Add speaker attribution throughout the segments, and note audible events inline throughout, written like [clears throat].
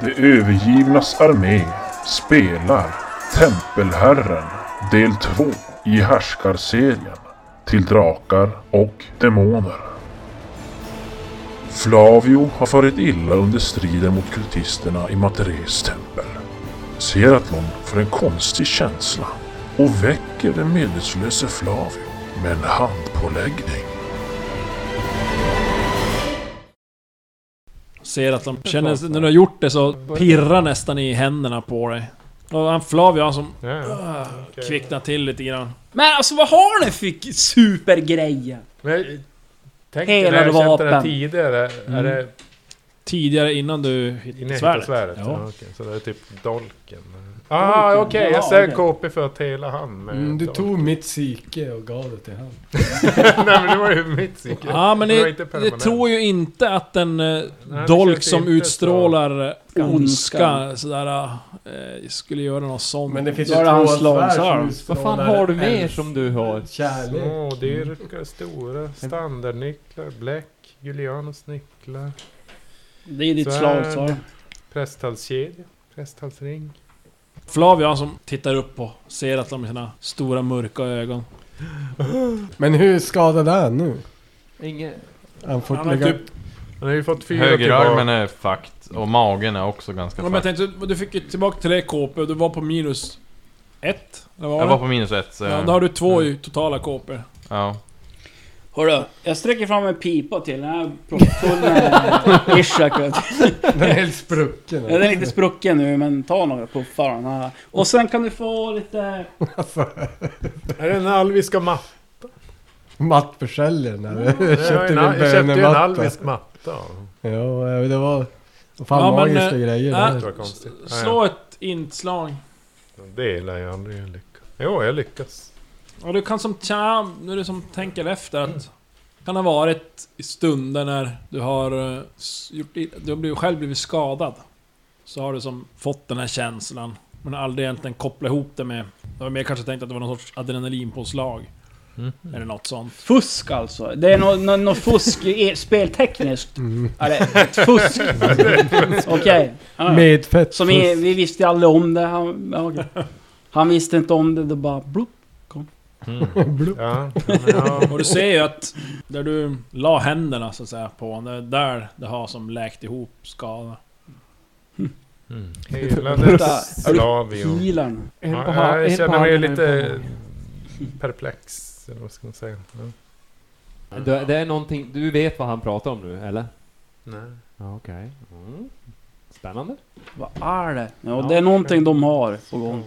Speaker 1: De övergivnas armé spelar Tempelherren del 2 i härskarserien till drakar och demoner. Flavio har farit illa under striden mot kultisterna i Materes tempel. Seratlon får en konstig känsla och väcker den medvetslöse Flavio med en handpåläggning.
Speaker 2: Ser att de känner, när du har gjort det så pirrar nästan i händerna på dig. Och han Flavio han som
Speaker 3: Ja, ja.
Speaker 2: kvicknar till lite grann.
Speaker 4: Men alltså vad har ni för supergrejer?
Speaker 3: Men jag tänkte
Speaker 4: Hela
Speaker 3: när jag köpte det här
Speaker 4: vapen.
Speaker 3: tidigare. Är det
Speaker 2: Tidigare innan du
Speaker 3: inne
Speaker 2: hittade
Speaker 3: i svärdet?
Speaker 2: svärdet.
Speaker 3: svärdet? Ja.
Speaker 2: Ja.
Speaker 3: okej. Så det är typ dolken. Ah, okej. Jag ser
Speaker 4: ja.
Speaker 3: KP för att hela han med
Speaker 5: Mm, du
Speaker 3: dolk.
Speaker 5: tog mitt psyke och gav det till han.
Speaker 3: [laughs] Nej men det var ju mitt psyke.
Speaker 2: ja men
Speaker 3: Det var
Speaker 2: ni,
Speaker 3: inte
Speaker 2: ni
Speaker 3: permanent.
Speaker 2: tror ju inte att en eh,
Speaker 3: det
Speaker 2: dolk
Speaker 3: känns
Speaker 2: som
Speaker 3: inte
Speaker 2: utstrålar eh,
Speaker 4: Ondska.
Speaker 2: ondska sådär, eh, skulle göra något sånt.
Speaker 5: Men det finns ju
Speaker 6: Då har han
Speaker 5: två svärd
Speaker 6: slagsarm.
Speaker 5: som
Speaker 6: Vad
Speaker 5: utstrålar
Speaker 6: fan har du mer
Speaker 5: eld, Mm.
Speaker 6: som du har?
Speaker 5: Kärlek.
Speaker 3: Små, dyrka, stora, standardnycklar, bläck, Julianos nycklar,
Speaker 4: Det är ditt
Speaker 3: Svärd.
Speaker 4: slagsvar.
Speaker 3: prästhalskedja, prästhalsring.
Speaker 2: Flavio han som tittar upp och ser att de med sina stora mörka ögon.
Speaker 5: Men hur skadad är han nu?
Speaker 6: Inget.
Speaker 5: Han får
Speaker 2: Han har
Speaker 5: lägga...
Speaker 2: typ
Speaker 3: Han har ju fått fyra
Speaker 7: Högerarmen är fucked och magen är också ganska
Speaker 2: Ja, men jag
Speaker 7: fucked.
Speaker 2: tänkte, du fick ju tillbaka till det KP och du var på minus ett. Eller vad
Speaker 7: Jag
Speaker 2: var
Speaker 7: var
Speaker 2: det?
Speaker 7: på minus ett så...
Speaker 2: Ja, då har du två i totala KP.
Speaker 7: ja.
Speaker 4: Hörru, jag sträcker fram en pipa till den här proppfull [laughs] med ishak. vet du.
Speaker 5: Den är helt sprucken.
Speaker 4: Den är lite sprucken nu men ta några puffar av den här. Och sen kan du få lite...
Speaker 3: Är det en alviska matta?
Speaker 5: Mattförsäljaren där. [laughs] Jag
Speaker 3: Jag har
Speaker 5: köpte
Speaker 3: ju en-
Speaker 5: väl en
Speaker 3: jag köpte ju en
Speaker 5: bönematta.
Speaker 3: alvisk matta.
Speaker 5: Ja, ja, det var... Vad fan
Speaker 2: Ja, men,
Speaker 5: magiska
Speaker 2: eh,
Speaker 5: grejer
Speaker 2: äh,
Speaker 5: där.
Speaker 3: Det var konstigt.
Speaker 2: Slå ett inslag.
Speaker 3: Nej, Det lär jag aldrig lyckas. Jo, jag lyckas.
Speaker 2: Och du kan som tja, nu är det som tänker efter att... Kan ha varit i stunder när du har eh, s- gjort i- Du har blivit, själv blivit skadad. Så har du som fått den här känslan. Men har aldrig egentligen kopplat ihop det med... Du har mer kanske tänkt att det var någon sorts adrenalinpåslag.
Speaker 7: Mm.
Speaker 2: Eller något sånt.
Speaker 4: Fusk alltså. Det är något no, no fusk i- e-, speltekniskt. Är det ett fusk? [laughs] Okej. Ja, ja.
Speaker 5: Med fett.
Speaker 4: Som i, vi visste aldrig om det. Han, ja, okej. han visste inte om det, då bara blupp.
Speaker 3: Ja, men ja.
Speaker 2: Och du ser ju att där du la händerna så att säga på honom, det är där det har som läkt ihop skada.
Speaker 3: Helade Slavio.
Speaker 4: Healern.
Speaker 6: En på
Speaker 3: Ja,
Speaker 6: ha- en
Speaker 3: jag
Speaker 6: på
Speaker 3: känner mig
Speaker 6: handen, en på
Speaker 3: lite
Speaker 6: magen.
Speaker 3: perplex. Eller vad ska man säga? Ja.
Speaker 6: Du, det är någonting, du vet vad han pratar om nu, eller?
Speaker 3: Nej.
Speaker 6: Ja, okej. Mm. Spännande.
Speaker 4: Vad är det? Ja, det är någonting de har på gång.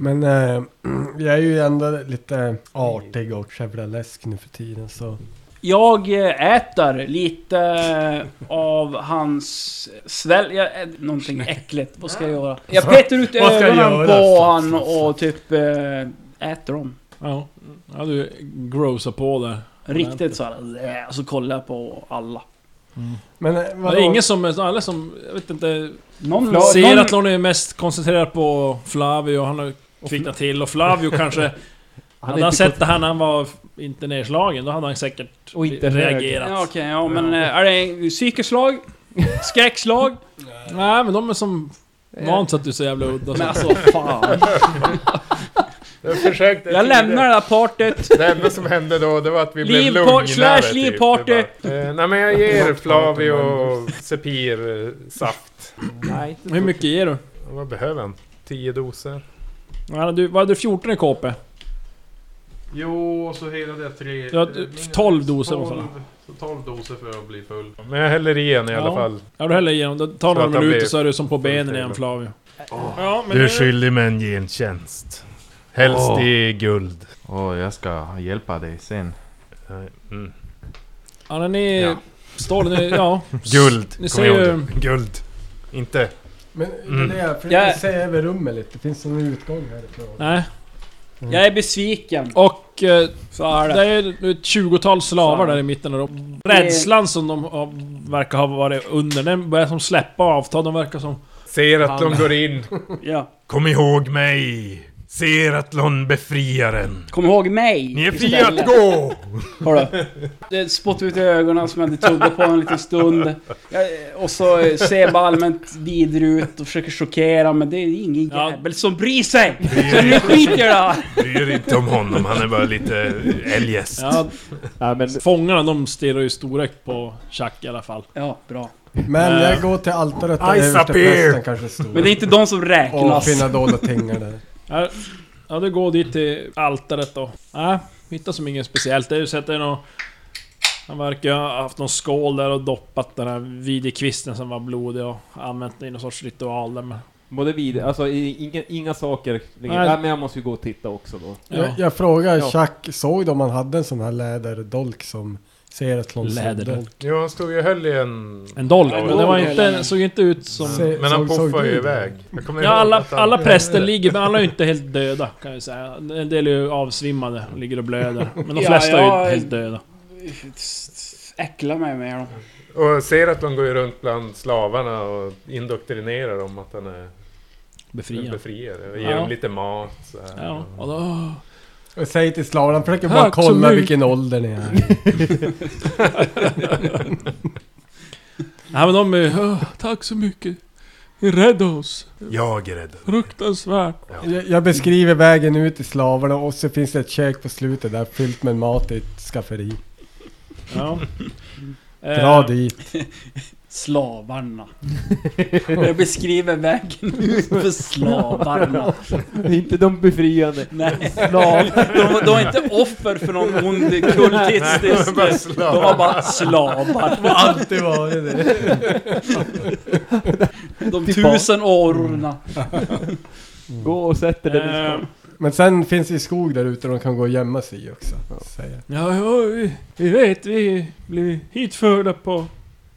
Speaker 5: Men eh, [clears throat] jag är ju ändå lite artig och chevrolesk nu för tiden så...
Speaker 4: Jag eh, äter lite eh, av hans svälj... Jag, ä- någonting äckligt. Vad ska jag göra? Jag petar ut
Speaker 5: Vad ska jag
Speaker 4: ögonen
Speaker 5: göra?
Speaker 4: på han och typ eh, äter dem.
Speaker 2: Ja, ja du grossar på där.
Speaker 4: Riktigt så här. eh, Och så kollar jag på alla.
Speaker 5: Men eh,
Speaker 2: Men
Speaker 5: vadå?
Speaker 2: det är ingen som, alla som, jag vet inte,
Speaker 4: Någon,
Speaker 2: ser
Speaker 4: någon,
Speaker 2: att någon är mest koncentrerad på Flavio, han har kvicknat till och Flavio [laughs] kanske,
Speaker 6: Han
Speaker 2: hade han sett det här när han var inte nedslagen, då hade han säkert
Speaker 6: Och inte hög.
Speaker 2: reagerat.
Speaker 4: Ja, okej, ja men eh, är det psykeslag? Skräckslag?
Speaker 2: Nej men de är som vant sig att du är så jävla udda.
Speaker 4: Men
Speaker 2: så.
Speaker 4: alltså fan.
Speaker 3: Jag försökte
Speaker 4: Jag
Speaker 3: tidigare.
Speaker 4: lämnar det här partyt.
Speaker 3: Det enda som hände då, det var att vi blev
Speaker 4: Liv-
Speaker 3: lugna.
Speaker 4: par- slash
Speaker 3: typ.
Speaker 4: livparty.
Speaker 3: Det var, eh, nej men jag ger Flavio och Sepir eh, saft.
Speaker 6: Nej, inte
Speaker 2: Hur mycket ger du?
Speaker 3: Vad behöver han? 10 doser?
Speaker 2: Ja, du vad hade du 14 i KP?
Speaker 7: Jo, så helade jag tre...
Speaker 2: Du hade 12 doser i alla fall.
Speaker 7: Så 12 doser för att bli full.
Speaker 3: Men jag häller i en i alla
Speaker 2: Ja.
Speaker 3: fall.
Speaker 2: Ja du häller igenom, det tar
Speaker 3: Så
Speaker 2: några
Speaker 3: att han
Speaker 2: minuter
Speaker 3: blir
Speaker 2: så är du som på benen
Speaker 3: full
Speaker 2: igen
Speaker 3: table.
Speaker 2: Flavio. Ja, men
Speaker 3: Du är
Speaker 2: nu-
Speaker 3: skyldig med en gentjänst. Helst
Speaker 7: Åh.
Speaker 3: i guld.
Speaker 7: Åh, jag ska hjälpa dig sen.
Speaker 3: Mm.
Speaker 2: Ja, när ni
Speaker 7: Ja.
Speaker 2: står där, ni, ja.
Speaker 3: [laughs] Guld!
Speaker 2: Ni
Speaker 3: Kom
Speaker 2: ser
Speaker 3: ihåg
Speaker 2: ju...
Speaker 3: det. Guld! Inte...
Speaker 5: Men
Speaker 3: Mm.
Speaker 5: det är det jag
Speaker 4: Jag-
Speaker 5: försöker se över rummet lite. Finns det någon utgång härifrån?
Speaker 2: Nej.
Speaker 4: Jag är besviken.
Speaker 2: Och eh,
Speaker 4: Så är
Speaker 2: det
Speaker 4: det.
Speaker 2: är ju ett tjugotal slavar
Speaker 4: Fan.
Speaker 2: där i mitten av dem. Rädslan som de har, verkar ha varit under, den börjar som släppa och avta. De verkar som...
Speaker 3: Ser att de går in.
Speaker 4: Ja.
Speaker 3: Kom ihåg mig! Seratlon befriaren.
Speaker 4: Kom ihåg mig!
Speaker 3: Ni är fria
Speaker 4: istället.
Speaker 3: att gå!
Speaker 4: Hörru. Det spottade ut i ögonen som jag inte trodde på en liten stund. Jag- Och så eh, ser jag bara allmänt vidrig ut och försöker chockera men det är ingen
Speaker 2: Ja.
Speaker 4: jävel som bryr sig!
Speaker 3: Bryr
Speaker 4: Så
Speaker 3: er
Speaker 4: nu
Speaker 3: inte.
Speaker 4: skiter jag i det.
Speaker 3: Bryr inte om honom, han är bara lite eljest.
Speaker 2: Ja,
Speaker 6: Nej, men
Speaker 2: fångarna de stirrar ju storögt på Chuck i alla fall.
Speaker 4: Ja, bra.
Speaker 5: Men
Speaker 2: Eh,
Speaker 5: jag går till altaret där
Speaker 3: Ice up here.
Speaker 5: översteprästen kanske
Speaker 4: Men det är
Speaker 5: stod.
Speaker 4: inte de som
Speaker 5: Och
Speaker 4: räknas.
Speaker 5: finna dolda tingar där.
Speaker 2: Ja, Ja, du går dit till altaret då. Nej, hittar som inget speciellt. Det är ju så att det är någon... Han verkar ha haft någon skål där och doppat den här videkvisten som var blodig och använt den i någon sorts ritual där men...
Speaker 6: både vid, alltså i- inga, inga saker. Nej.
Speaker 2: Nej.
Speaker 6: Nej men jag måste ju gå och titta också då.
Speaker 2: Ja.
Speaker 5: Jag, jag frågar
Speaker 6: Ja.
Speaker 5: Chuck, såg de om han hade en sån här läderdolk som Seratlon
Speaker 2: Läderdolk.
Speaker 3: Jo, han stod ju och höll i en...
Speaker 2: En dolk,
Speaker 3: Ja,
Speaker 2: men det var
Speaker 4: dolk.
Speaker 2: inte, såg ju inte ut som...
Speaker 5: Se-
Speaker 3: Mm. Men han
Speaker 5: såg- såg
Speaker 3: puffade ju
Speaker 5: du?
Speaker 3: iväg. Jag kommer
Speaker 2: Ja,
Speaker 3: ihåg
Speaker 2: alla,
Speaker 3: att han-
Speaker 2: alla präster ligger, men alla är ju inte helt döda kan jag säga. En del är ju avsvimmade, ligger och blöder. Men de
Speaker 4: Ja,
Speaker 2: flesta är
Speaker 4: jag-
Speaker 2: ju helt döda.
Speaker 4: Äckla mig med dem.
Speaker 3: Och ser att de går ju runt bland slavarna och indoktrinerar dem att han är en
Speaker 2: Befriade.
Speaker 3: befriare. Och ger
Speaker 2: Ja.
Speaker 3: dem lite mat så här.
Speaker 2: Ja, och då...
Speaker 5: Och säg till slaven, han försöker
Speaker 2: Hög
Speaker 5: bara
Speaker 2: som
Speaker 5: kolla
Speaker 2: munk.
Speaker 5: vilken ålder ni är.
Speaker 2: [laughs] Nej men de är ju... "Åh, Tack så mycket. Ni räddade oss.
Speaker 3: Jag är rädd.
Speaker 2: Fruktansvärt.
Speaker 5: Jag, jag beskriver vägen ut till slavarna och så finns det ett kök på slutet där fyllt med mat i ett skafferi.
Speaker 2: Ja.
Speaker 5: Dra
Speaker 2: Eh,
Speaker 5: dit.
Speaker 4: Slavarna. Jag beskriver vägen ut för slavarna.
Speaker 6: inte de befriande.
Speaker 4: Nej. De, de var inte offer för någon ond kultistisk... De var bara [laughs] slavar.
Speaker 5: Alltid var det det.
Speaker 4: De tusen årorna.
Speaker 6: Gå och sätt dig där
Speaker 2: eh,
Speaker 6: du ska.
Speaker 5: [laughs] Men sen finns det ju skog där ute de kan gå och gömma sig i också. Säger. jag.
Speaker 2: Ja, ja vi, vi vet, vi blev hitförda på,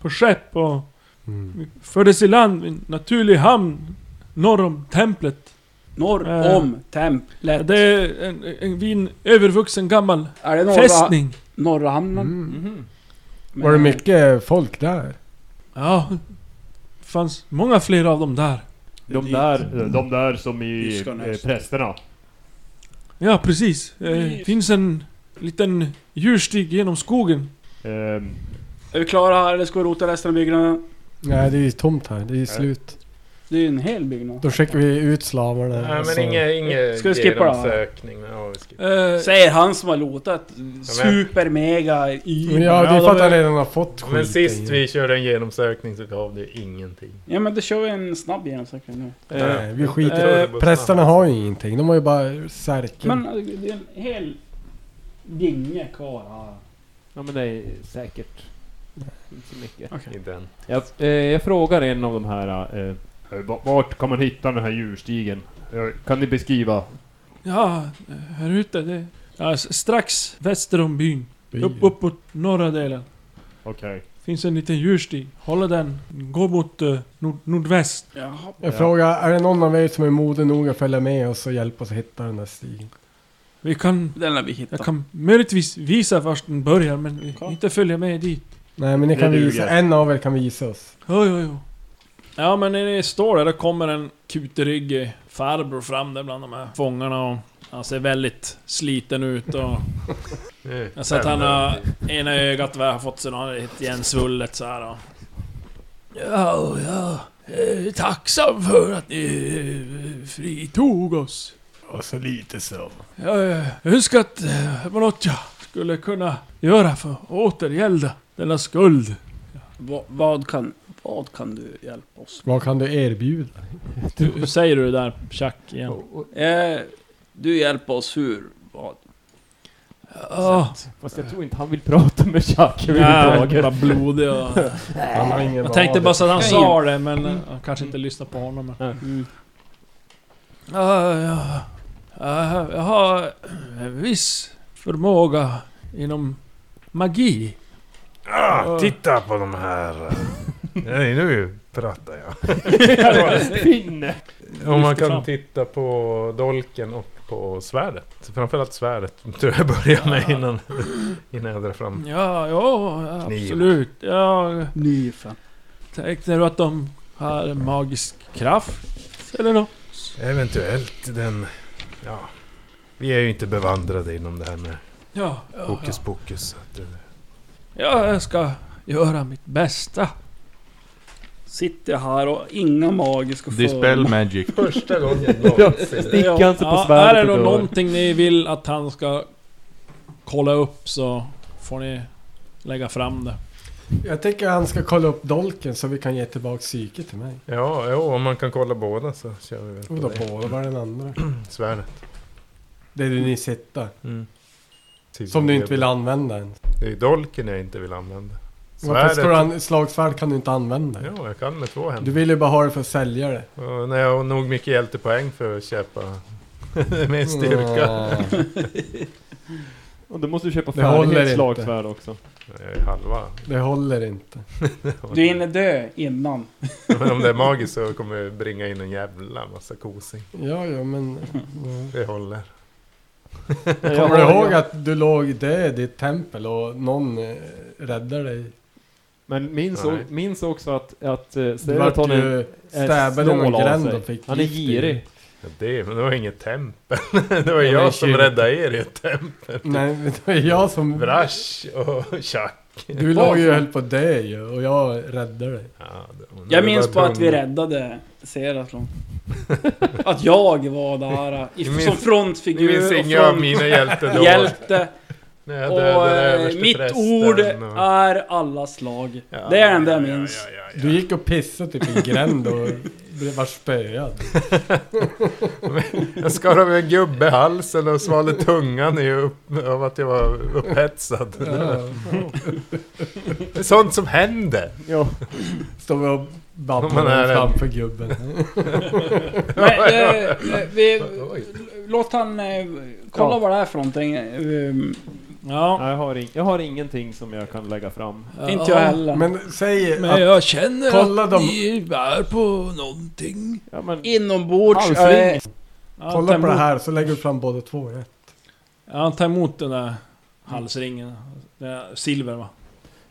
Speaker 2: på skepp och
Speaker 5: Mm.
Speaker 2: vi fördes i land i en naturlig hamn norr om templet.
Speaker 4: Norr
Speaker 2: Eh.
Speaker 4: om templet.
Speaker 2: Det är en, en, vid en övervuxen gammal
Speaker 4: Är det norra,
Speaker 2: fästning.
Speaker 4: norra hamnen?
Speaker 5: Mm.
Speaker 6: Mhm.
Speaker 5: Var det mycket folk där?
Speaker 2: Ja, det fanns många fler av dem där.
Speaker 8: De där, de där som i
Speaker 4: Fiskarna,
Speaker 8: eh,
Speaker 4: just det.
Speaker 8: prästerna.
Speaker 2: Ja, precis. Eh,
Speaker 4: Vi-
Speaker 2: finns en liten djurstig genom skogen.
Speaker 8: Ehm,
Speaker 4: Är vi klara här eller ska vi rota resten av byggnaden?
Speaker 5: Nej det är ju tomt här, det är ju slut.
Speaker 4: Det är ju en hel byggnad.
Speaker 5: Då skickar vi ut slavarna.
Speaker 3: Nej
Speaker 5: och så-
Speaker 3: men inget, inget
Speaker 4: Ska vi skippa då?
Speaker 3: genomsökning. Ja, vi skippar.
Speaker 2: Eh,
Speaker 4: Säger han som har lotat super mega
Speaker 5: Men
Speaker 4: i...
Speaker 5: ja, det är
Speaker 2: Ja,
Speaker 5: för att
Speaker 2: de-
Speaker 5: han redan har fått
Speaker 3: Men
Speaker 5: skiten
Speaker 3: sist
Speaker 5: ju.
Speaker 3: vi körde en genomsökning så gav det ingenting.
Speaker 4: Ja men då kör vi en snabb genomsökning nu.
Speaker 2: eh,
Speaker 5: Nej, vi
Speaker 3: Jag tror det
Speaker 5: skiter
Speaker 3: går
Speaker 5: Prästerna
Speaker 3: snabbt.
Speaker 5: har ju ingenting, de har ju bara särken.
Speaker 4: Men eh, det är en hel dinge kvar här.
Speaker 6: Ja men det är säkert. Inte så mycket.
Speaker 3: Inte än.
Speaker 6: Jag, eh, jag frågar en av de här... Eh,
Speaker 8: eh, va- Vart kan man hitta den här djurstigen? Eh, Kan ni beskriva?
Speaker 2: ja, eh, här ute. Det, ja, s- strax väster om byn.
Speaker 5: Byn.
Speaker 2: Upp, upp mot norra delen.
Speaker 8: Okej.
Speaker 2: Finns en liten djurstig. Hålla den. Gå mot eh, nord, nordväst.
Speaker 4: Jaha.
Speaker 5: Jag
Speaker 8: Ja.
Speaker 5: frågar, är det någon av er som är modig nog att följa med oss och hjälpa oss att hitta den där stigen?
Speaker 2: Vi kan...
Speaker 4: Den lär vi
Speaker 2: Jag
Speaker 4: hitta.
Speaker 2: kan möjligtvis visa vart den börjar men vi-
Speaker 4: Okej.
Speaker 2: inte följa med dit.
Speaker 5: Nej men ni
Speaker 8: Det
Speaker 5: kan
Speaker 8: duger.
Speaker 5: visa, en av er kan visa oss.
Speaker 2: Jo, jo, jo. Ja men när ni står där, då kommer en kuteryggig farbror fram där bland de här fångarna och han ser väldigt sliten ut
Speaker 5: [laughs]
Speaker 2: och... Jag ser att han har ena ögat väl har fått sig något lite igensvullet så här. Och. Ja, ja. eh, Tacksam för att ni eh, fritog oss.
Speaker 5: Och så lite så.
Speaker 2: Jag eh, önskar att eh, det var något jag skulle kunna göra för att återgälda denna skuld.
Speaker 4: Va, vad, kan, vad kan du hjälpa oss
Speaker 5: Vad kan du erbjuda?
Speaker 2: Hur säger du det där, Chuck, igen?
Speaker 6: och, och,
Speaker 4: med? Eh, du hjälper oss hur? Vad?
Speaker 2: Ja,
Speaker 6: fast jag tror inte han vill prata med Chuck
Speaker 2: Ah,
Speaker 6: överhuvudtaget.
Speaker 2: bara blodig [laughs] och...
Speaker 5: Han har ingen
Speaker 2: Jag tänkte
Speaker 5: vad.
Speaker 2: bara så att han
Speaker 4: Ja,
Speaker 2: sa det, men eh, han kanske inte lyssnar på honom. Men.
Speaker 4: Mm.
Speaker 2: Ja, Ah, ja. Ja, Jag har en viss förmåga inom magi.
Speaker 3: Ah, titta på
Speaker 8: [laughs]
Speaker 3: de här! Nej, nu pratar jag.
Speaker 6: Finne!
Speaker 3: Om man
Speaker 2: fram.
Speaker 3: kan titta på dolken och på svärdet. Framförallt svärdet [laughs] tror jag börjar med innan, innan jag drar fram.
Speaker 2: Ja, ja,
Speaker 3: Kniv.
Speaker 2: absolut. Jag
Speaker 4: Nyfen.
Speaker 2: tänkte du att de har en magisk kraft eller något?
Speaker 3: Eventuellt den Ja. Vi är ju inte bevandrade inom det här med
Speaker 2: Ja, ja, ja.
Speaker 3: hokus pokus. så att det-
Speaker 2: ja, jag ska göra mitt bästa.
Speaker 4: Sitter här och inga magiska
Speaker 7: Dispel
Speaker 4: föremål.
Speaker 7: magic.
Speaker 3: Första
Speaker 5: [laughs]
Speaker 3: gången någonsin.
Speaker 6: Sticka
Speaker 4: Ja.
Speaker 6: inte på
Speaker 2: Ja,
Speaker 6: svärdet typ,
Speaker 2: är det då
Speaker 6: och dör.
Speaker 2: någonting ni vill att han ska kolla upp så får ni lägga fram det.
Speaker 5: Jag tänker han ska kolla upp dolken så vi kan ge tillbaka psyket till mig.
Speaker 3: Ja, jo, om man kan kolla båda så kör vi väl på
Speaker 5: Och då
Speaker 3: det.
Speaker 5: på var den andra.
Speaker 3: Svärdet.
Speaker 5: Det är det ni sitter.
Speaker 3: Mm.
Speaker 5: Som du inte vill använda än.
Speaker 3: Det är ju dolken jag inte vill använda.
Speaker 5: Varför ska du
Speaker 3: Svärdet.
Speaker 5: an- slagsvärd kan du inte använda.
Speaker 3: Ja, jag kan med två händer.
Speaker 5: Du vill ju bara ha det för att sälja
Speaker 3: [laughs]
Speaker 5: det.
Speaker 3: Och när jag har nog mycket hjältepoäng för att köpa [laughs] med styrka.
Speaker 5: Mm.
Speaker 6: Och då måste du köpa
Speaker 5: Det håller inte.
Speaker 6: färdighetsslagsvärd också.
Speaker 3: Jag är halva.
Speaker 5: Det håller inte.
Speaker 4: Du hinner dö innan.
Speaker 3: [laughs] Men om det är magiskt så kommer jag bringa in en jävla massa kosing.
Speaker 5: Ja, ja men... Ja.
Speaker 3: Det håller.
Speaker 5: Kommer du ihåg att du låg död i ett tempel och någon eh, räddade dig?
Speaker 6: Men minns,
Speaker 3: Nej.
Speaker 6: o- minns också att, att eh,
Speaker 5: Du
Speaker 6: Stellan
Speaker 5: vart
Speaker 6: tar en
Speaker 5: ju stabbad i någon
Speaker 6: snål av
Speaker 5: gränd
Speaker 6: sig.
Speaker 5: och fick
Speaker 6: Han är
Speaker 5: gift i [laughs]
Speaker 6: girig.
Speaker 3: Ja, Det, men det var inget tempel. [laughs] Det var
Speaker 5: Ja, men
Speaker 3: jag som
Speaker 5: kyrka.
Speaker 3: räddade er i ett tempel.
Speaker 5: dig. Nej, men det var jag som...
Speaker 3: Brash och tjack.
Speaker 5: Du låg ju och höll på att dö ju och jag räddade dig.
Speaker 3: Ja, det- när
Speaker 4: Jag
Speaker 3: det
Speaker 4: minns
Speaker 3: var
Speaker 4: bara att vi
Speaker 3: tung-
Speaker 4: räddade Seraflon. att jag var
Speaker 2: eh,
Speaker 4: där i,
Speaker 3: Ni minns-
Speaker 4: som
Speaker 3: Ni minns
Speaker 4: frontfigur och
Speaker 3: inga av
Speaker 4: front
Speaker 3: mina hjältedåd.
Speaker 4: hjälte.
Speaker 3: När jag
Speaker 4: Och
Speaker 3: dödade
Speaker 4: eh,
Speaker 3: överste
Speaker 4: mitt
Speaker 3: prästen
Speaker 4: ord
Speaker 3: och-
Speaker 4: är allas lag.
Speaker 3: Ja,
Speaker 4: det är det enda jag
Speaker 3: ja, ja,
Speaker 4: minns.
Speaker 3: ja, ja, ja.
Speaker 5: Du gick och pissade typ i en
Speaker 3: [laughs]
Speaker 5: gränd och blev- vart spöad.
Speaker 3: Jag skar av en gubbe i halsen och svalde tungan i upp, av att jag var upphetsad.
Speaker 5: Ja.
Speaker 3: Det är sånt som händer!
Speaker 6: Ja.
Speaker 5: Står vi och
Speaker 3: Om man
Speaker 5: babblar
Speaker 3: är
Speaker 5: framför gubben.
Speaker 4: Men, eh, eh, vi,
Speaker 3: Oj.
Speaker 4: låt han eh, kolla
Speaker 6: Ja.
Speaker 4: vad det är för någonting. Ehm,
Speaker 2: Ja,
Speaker 6: Nej, jag, har ing- jag har ingenting som jag kan lägga fram.
Speaker 4: Inte jag heller.
Speaker 5: Men säg
Speaker 2: Men
Speaker 5: att...
Speaker 2: jag känner
Speaker 5: Kolla
Speaker 2: att
Speaker 5: dem.
Speaker 2: ni är på någonting.
Speaker 6: Ja, men,
Speaker 4: Inombords...
Speaker 6: Halvsling.
Speaker 4: eh,
Speaker 2: Ja,
Speaker 5: Kolla
Speaker 2: ta
Speaker 5: på det
Speaker 2: emot-
Speaker 5: här så lägger du fram båda två rätt.
Speaker 2: Ja, ta emot den där halsringen. Den där silver va?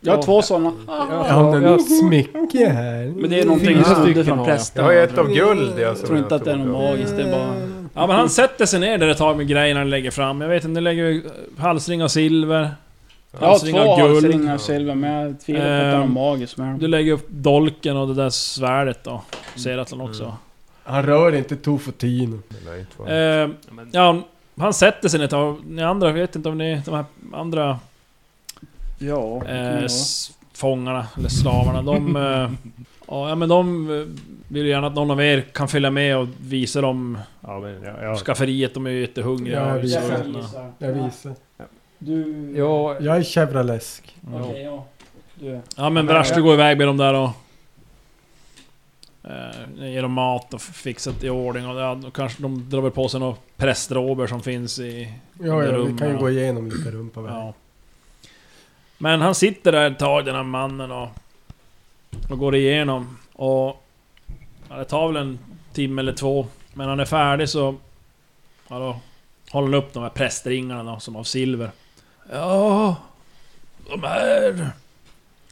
Speaker 4: jag har två sådana.
Speaker 5: Jag
Speaker 6: jag,
Speaker 5: har
Speaker 6: har-
Speaker 5: en
Speaker 6: jag,
Speaker 5: smycke här.
Speaker 4: Men det är någonting
Speaker 6: Fyra
Speaker 4: jag snodde
Speaker 6: stycken
Speaker 4: från
Speaker 6: har jag.
Speaker 4: prästen.
Speaker 3: Jag har ju ett av guld jag som
Speaker 4: tror inte
Speaker 3: jag
Speaker 4: att det är
Speaker 3: tog av.
Speaker 4: något magiskt, det är bara...
Speaker 2: Ja men han sätter sig ner där ett tag med grejerna han lägger fram. Jag vet inte, ni lägger ju eh, halsring av silver.
Speaker 4: Jag
Speaker 6: Alltså,
Speaker 4: har
Speaker 2: Halsring
Speaker 4: två
Speaker 2: av guld.
Speaker 4: halsringar silver, men jag tvivlar på att det är något
Speaker 2: Ehm,
Speaker 4: magiskt med
Speaker 2: Du
Speaker 4: dem.
Speaker 2: lägger upp dolken och det där svärdet då. Seratlon också.
Speaker 5: Han rör inte Tofotino.
Speaker 3: Det lär ju inte vara-
Speaker 2: Eh,
Speaker 6: men,
Speaker 2: ja, han sätter sig ner ett tag. Ni andra, jag vet inte om ni, de här andra
Speaker 4: Ja, det kan
Speaker 2: eh,
Speaker 4: jag
Speaker 2: s- fångarna, eller slavarna, de... Eh, ja men de eh, vill ju gärna att någon av er kan följa med och visa dem
Speaker 8: Ja, men jag, jag,
Speaker 2: skafferiet. De är ju jättehungriga.
Speaker 5: Ja,
Speaker 2: och
Speaker 5: visst.
Speaker 2: sorgsna.
Speaker 4: vara.
Speaker 5: Jag visar.
Speaker 4: Du...
Speaker 6: ja,
Speaker 5: Jag är chevrolesk.
Speaker 4: Okej, ja. Du.
Speaker 2: Ja men Brash, du går iväg med dem där och... Eh, ger dem mat och fixat i ordning och, ja, och kanske de drar väl på sig några prästrober som finns i...
Speaker 5: Ja, ja, vi
Speaker 2: Rum,
Speaker 5: kan ju
Speaker 2: ja.
Speaker 5: gå igenom lite rum på vägen.
Speaker 2: Ja. Men han sitter där ett tag den här mannen och... Och går igenom och... Ja, det tar väl en timme eller två. Men när han är färdig så... Ja, då håller han upp de här prästringarna då, som av silver. Ja... De här...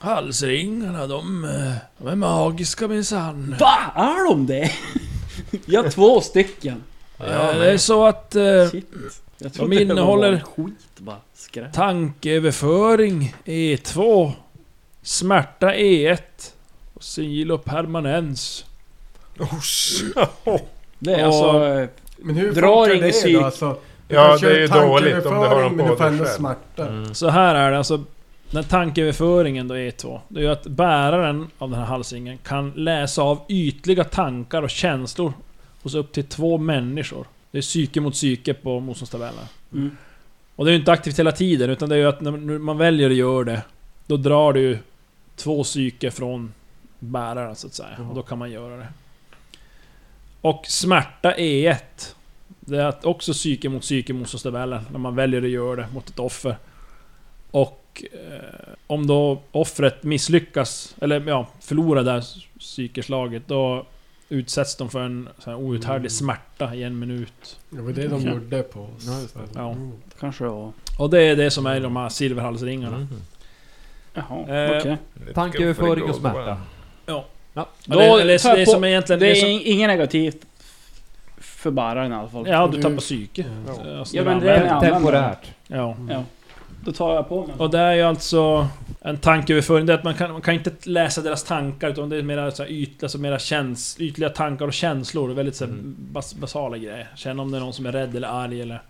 Speaker 2: Halsringarna, de, eh, de är magiska minsann.
Speaker 4: Va? Är de det? [laughs] jag har två stycken.
Speaker 2: Ja, det är så att... Eh,
Speaker 4: Shit. Jag
Speaker 2: De innehåller-
Speaker 4: det var skit bara. Skräp.
Speaker 2: Tankeöverföring E2 Smärta E1 och Syl och permanens
Speaker 3: Oh,
Speaker 4: Det är
Speaker 2: Och-
Speaker 4: alltså... eh,
Speaker 5: Men hur
Speaker 4: Drar
Speaker 5: funkar
Speaker 4: ingen
Speaker 5: det
Speaker 4: psyk.
Speaker 5: då? Alltså, du
Speaker 3: Ja,
Speaker 5: kan köra
Speaker 3: det är ju dåligt om du har
Speaker 5: tankeöverföring,
Speaker 3: dem
Speaker 5: Men du
Speaker 3: på
Speaker 5: får
Speaker 3: dig
Speaker 5: ändå
Speaker 3: själv.
Speaker 5: smärta.
Speaker 3: Mm.
Speaker 2: Så här är det alltså Den här tankeöverföringen då E2 Det är ju att bäraren av den här halsringen kan läsa av ytliga tankar och känslor Hos upp till två människor Det är psyke mot psyke på motståndstabellen
Speaker 4: Mm.
Speaker 2: Och det är ju inte aktivt hela tiden utan det är ju att när man väljer att göra det Då drar du ju två psyke från bäraren så att säga. Och då kan man göra det. Och smärta E1. Det är att också psyke mot psyke mot tabellen när man väljer att göra det mot ett offer. Och eh, om då offret misslyckas, eller ja, förlorar det här psykeslaget, då utsätts de för en sån här outhärdlig smärta i en minut.
Speaker 5: Det var det de
Speaker 4: Okej.
Speaker 5: gjorde på oss.
Speaker 3: Ja, just det.
Speaker 2: Ja.
Speaker 4: Kanske det var...
Speaker 2: Och det är det som är i de här
Speaker 3: Mm.
Speaker 2: silverhalsringarna.
Speaker 6: Mm.
Speaker 4: Jaha,
Speaker 2: Eh,
Speaker 4: okej.
Speaker 6: tankeöverföring och smärta.
Speaker 2: Ja.
Speaker 6: Ja.
Speaker 2: Eller,
Speaker 4: Då
Speaker 2: eller
Speaker 4: tar jag
Speaker 2: det
Speaker 4: på-
Speaker 2: som egentligen...
Speaker 4: Det
Speaker 2: Det
Speaker 4: är
Speaker 2: som,
Speaker 4: in- inget negativt. förbarrar den i alla fall.
Speaker 2: Ja, du
Speaker 5: Du-
Speaker 2: tappar psyke.
Speaker 8: Ja.
Speaker 2: Alltså,
Speaker 4: Ja,
Speaker 2: när
Speaker 4: men
Speaker 2: du
Speaker 4: det är
Speaker 2: använder-
Speaker 4: en
Speaker 6: Temporärt.
Speaker 2: ja.
Speaker 4: Då tar jag på mig.
Speaker 2: Och det är ju alltså en tankeöverföring. Det är att man kan, man kan inte läsa deras tankar utan det är mera så här yt, alltså mera käns, ytliga tankar och känslor. Väldigt så här
Speaker 4: Mm.
Speaker 2: bas, basala grejer. Känna om det är någon som är rädd eller arg eller...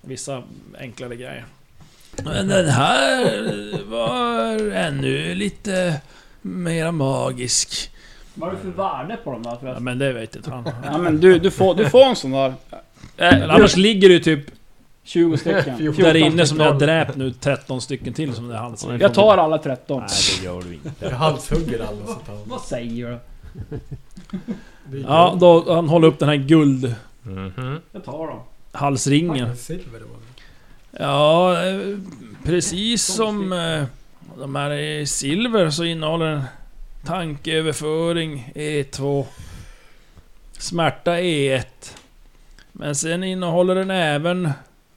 Speaker 2: Vissa enklare grejer. Men den här var ännu lite mera magisk.
Speaker 4: Vad har du för värde på dem där
Speaker 2: Ja, men det vet inte han.
Speaker 4: Ja men du, du, får, du får en sån där. Mm.
Speaker 2: Eller Eh, annars ligger det ju typ
Speaker 4: 20 stycken. [laughs]
Speaker 2: där
Speaker 4: 14
Speaker 2: inne som
Speaker 4: stycken.
Speaker 2: du har dräpt nu 13 stycken till som det är hans.
Speaker 4: Jag tar alla 13.
Speaker 6: Nej, det gör du inte.
Speaker 5: Jag halshugger alla så tar
Speaker 4: Vad säger du?
Speaker 5: vi.
Speaker 2: Ja, då, han håller upp den här
Speaker 3: Mhm.
Speaker 4: Jag tar dem.
Speaker 2: guldhalsringen.
Speaker 5: Silver var det.
Speaker 2: Ja, eh, precis som eh, de här i silver så innehåller den tankeöverföring E2. Smärta E1. Men sen innehåller den även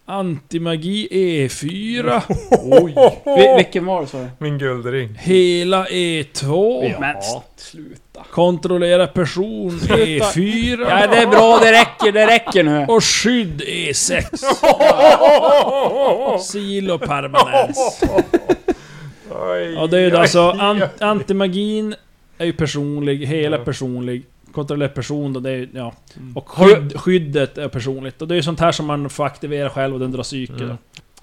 Speaker 2: antimagi E
Speaker 4: [laughs]
Speaker 2: E4.
Speaker 4: Vi, vilken var det sa du?
Speaker 3: Min guldring.
Speaker 2: Hela E2.
Speaker 4: Men sluta.
Speaker 2: Kontrollera person
Speaker 4: [laughs]
Speaker 2: E4.
Speaker 4: Ja det är bra, det räcker, det räcker nu.
Speaker 2: Och skydd
Speaker 4: [laughs]
Speaker 2: E6. Sil och
Speaker 4: [laughs]
Speaker 2: permanens.
Speaker 3: Oj,
Speaker 2: Ja, det är ju
Speaker 3: oj,
Speaker 2: alltså
Speaker 3: oj.
Speaker 2: an- antimagin är ju personlig, hela personlig. Kontroller person då, det är ju, ja. Och skydd, skyddet är personligt. Och det är ju sånt här som man får aktivera själv och den drar psyke
Speaker 3: Mm.
Speaker 2: då.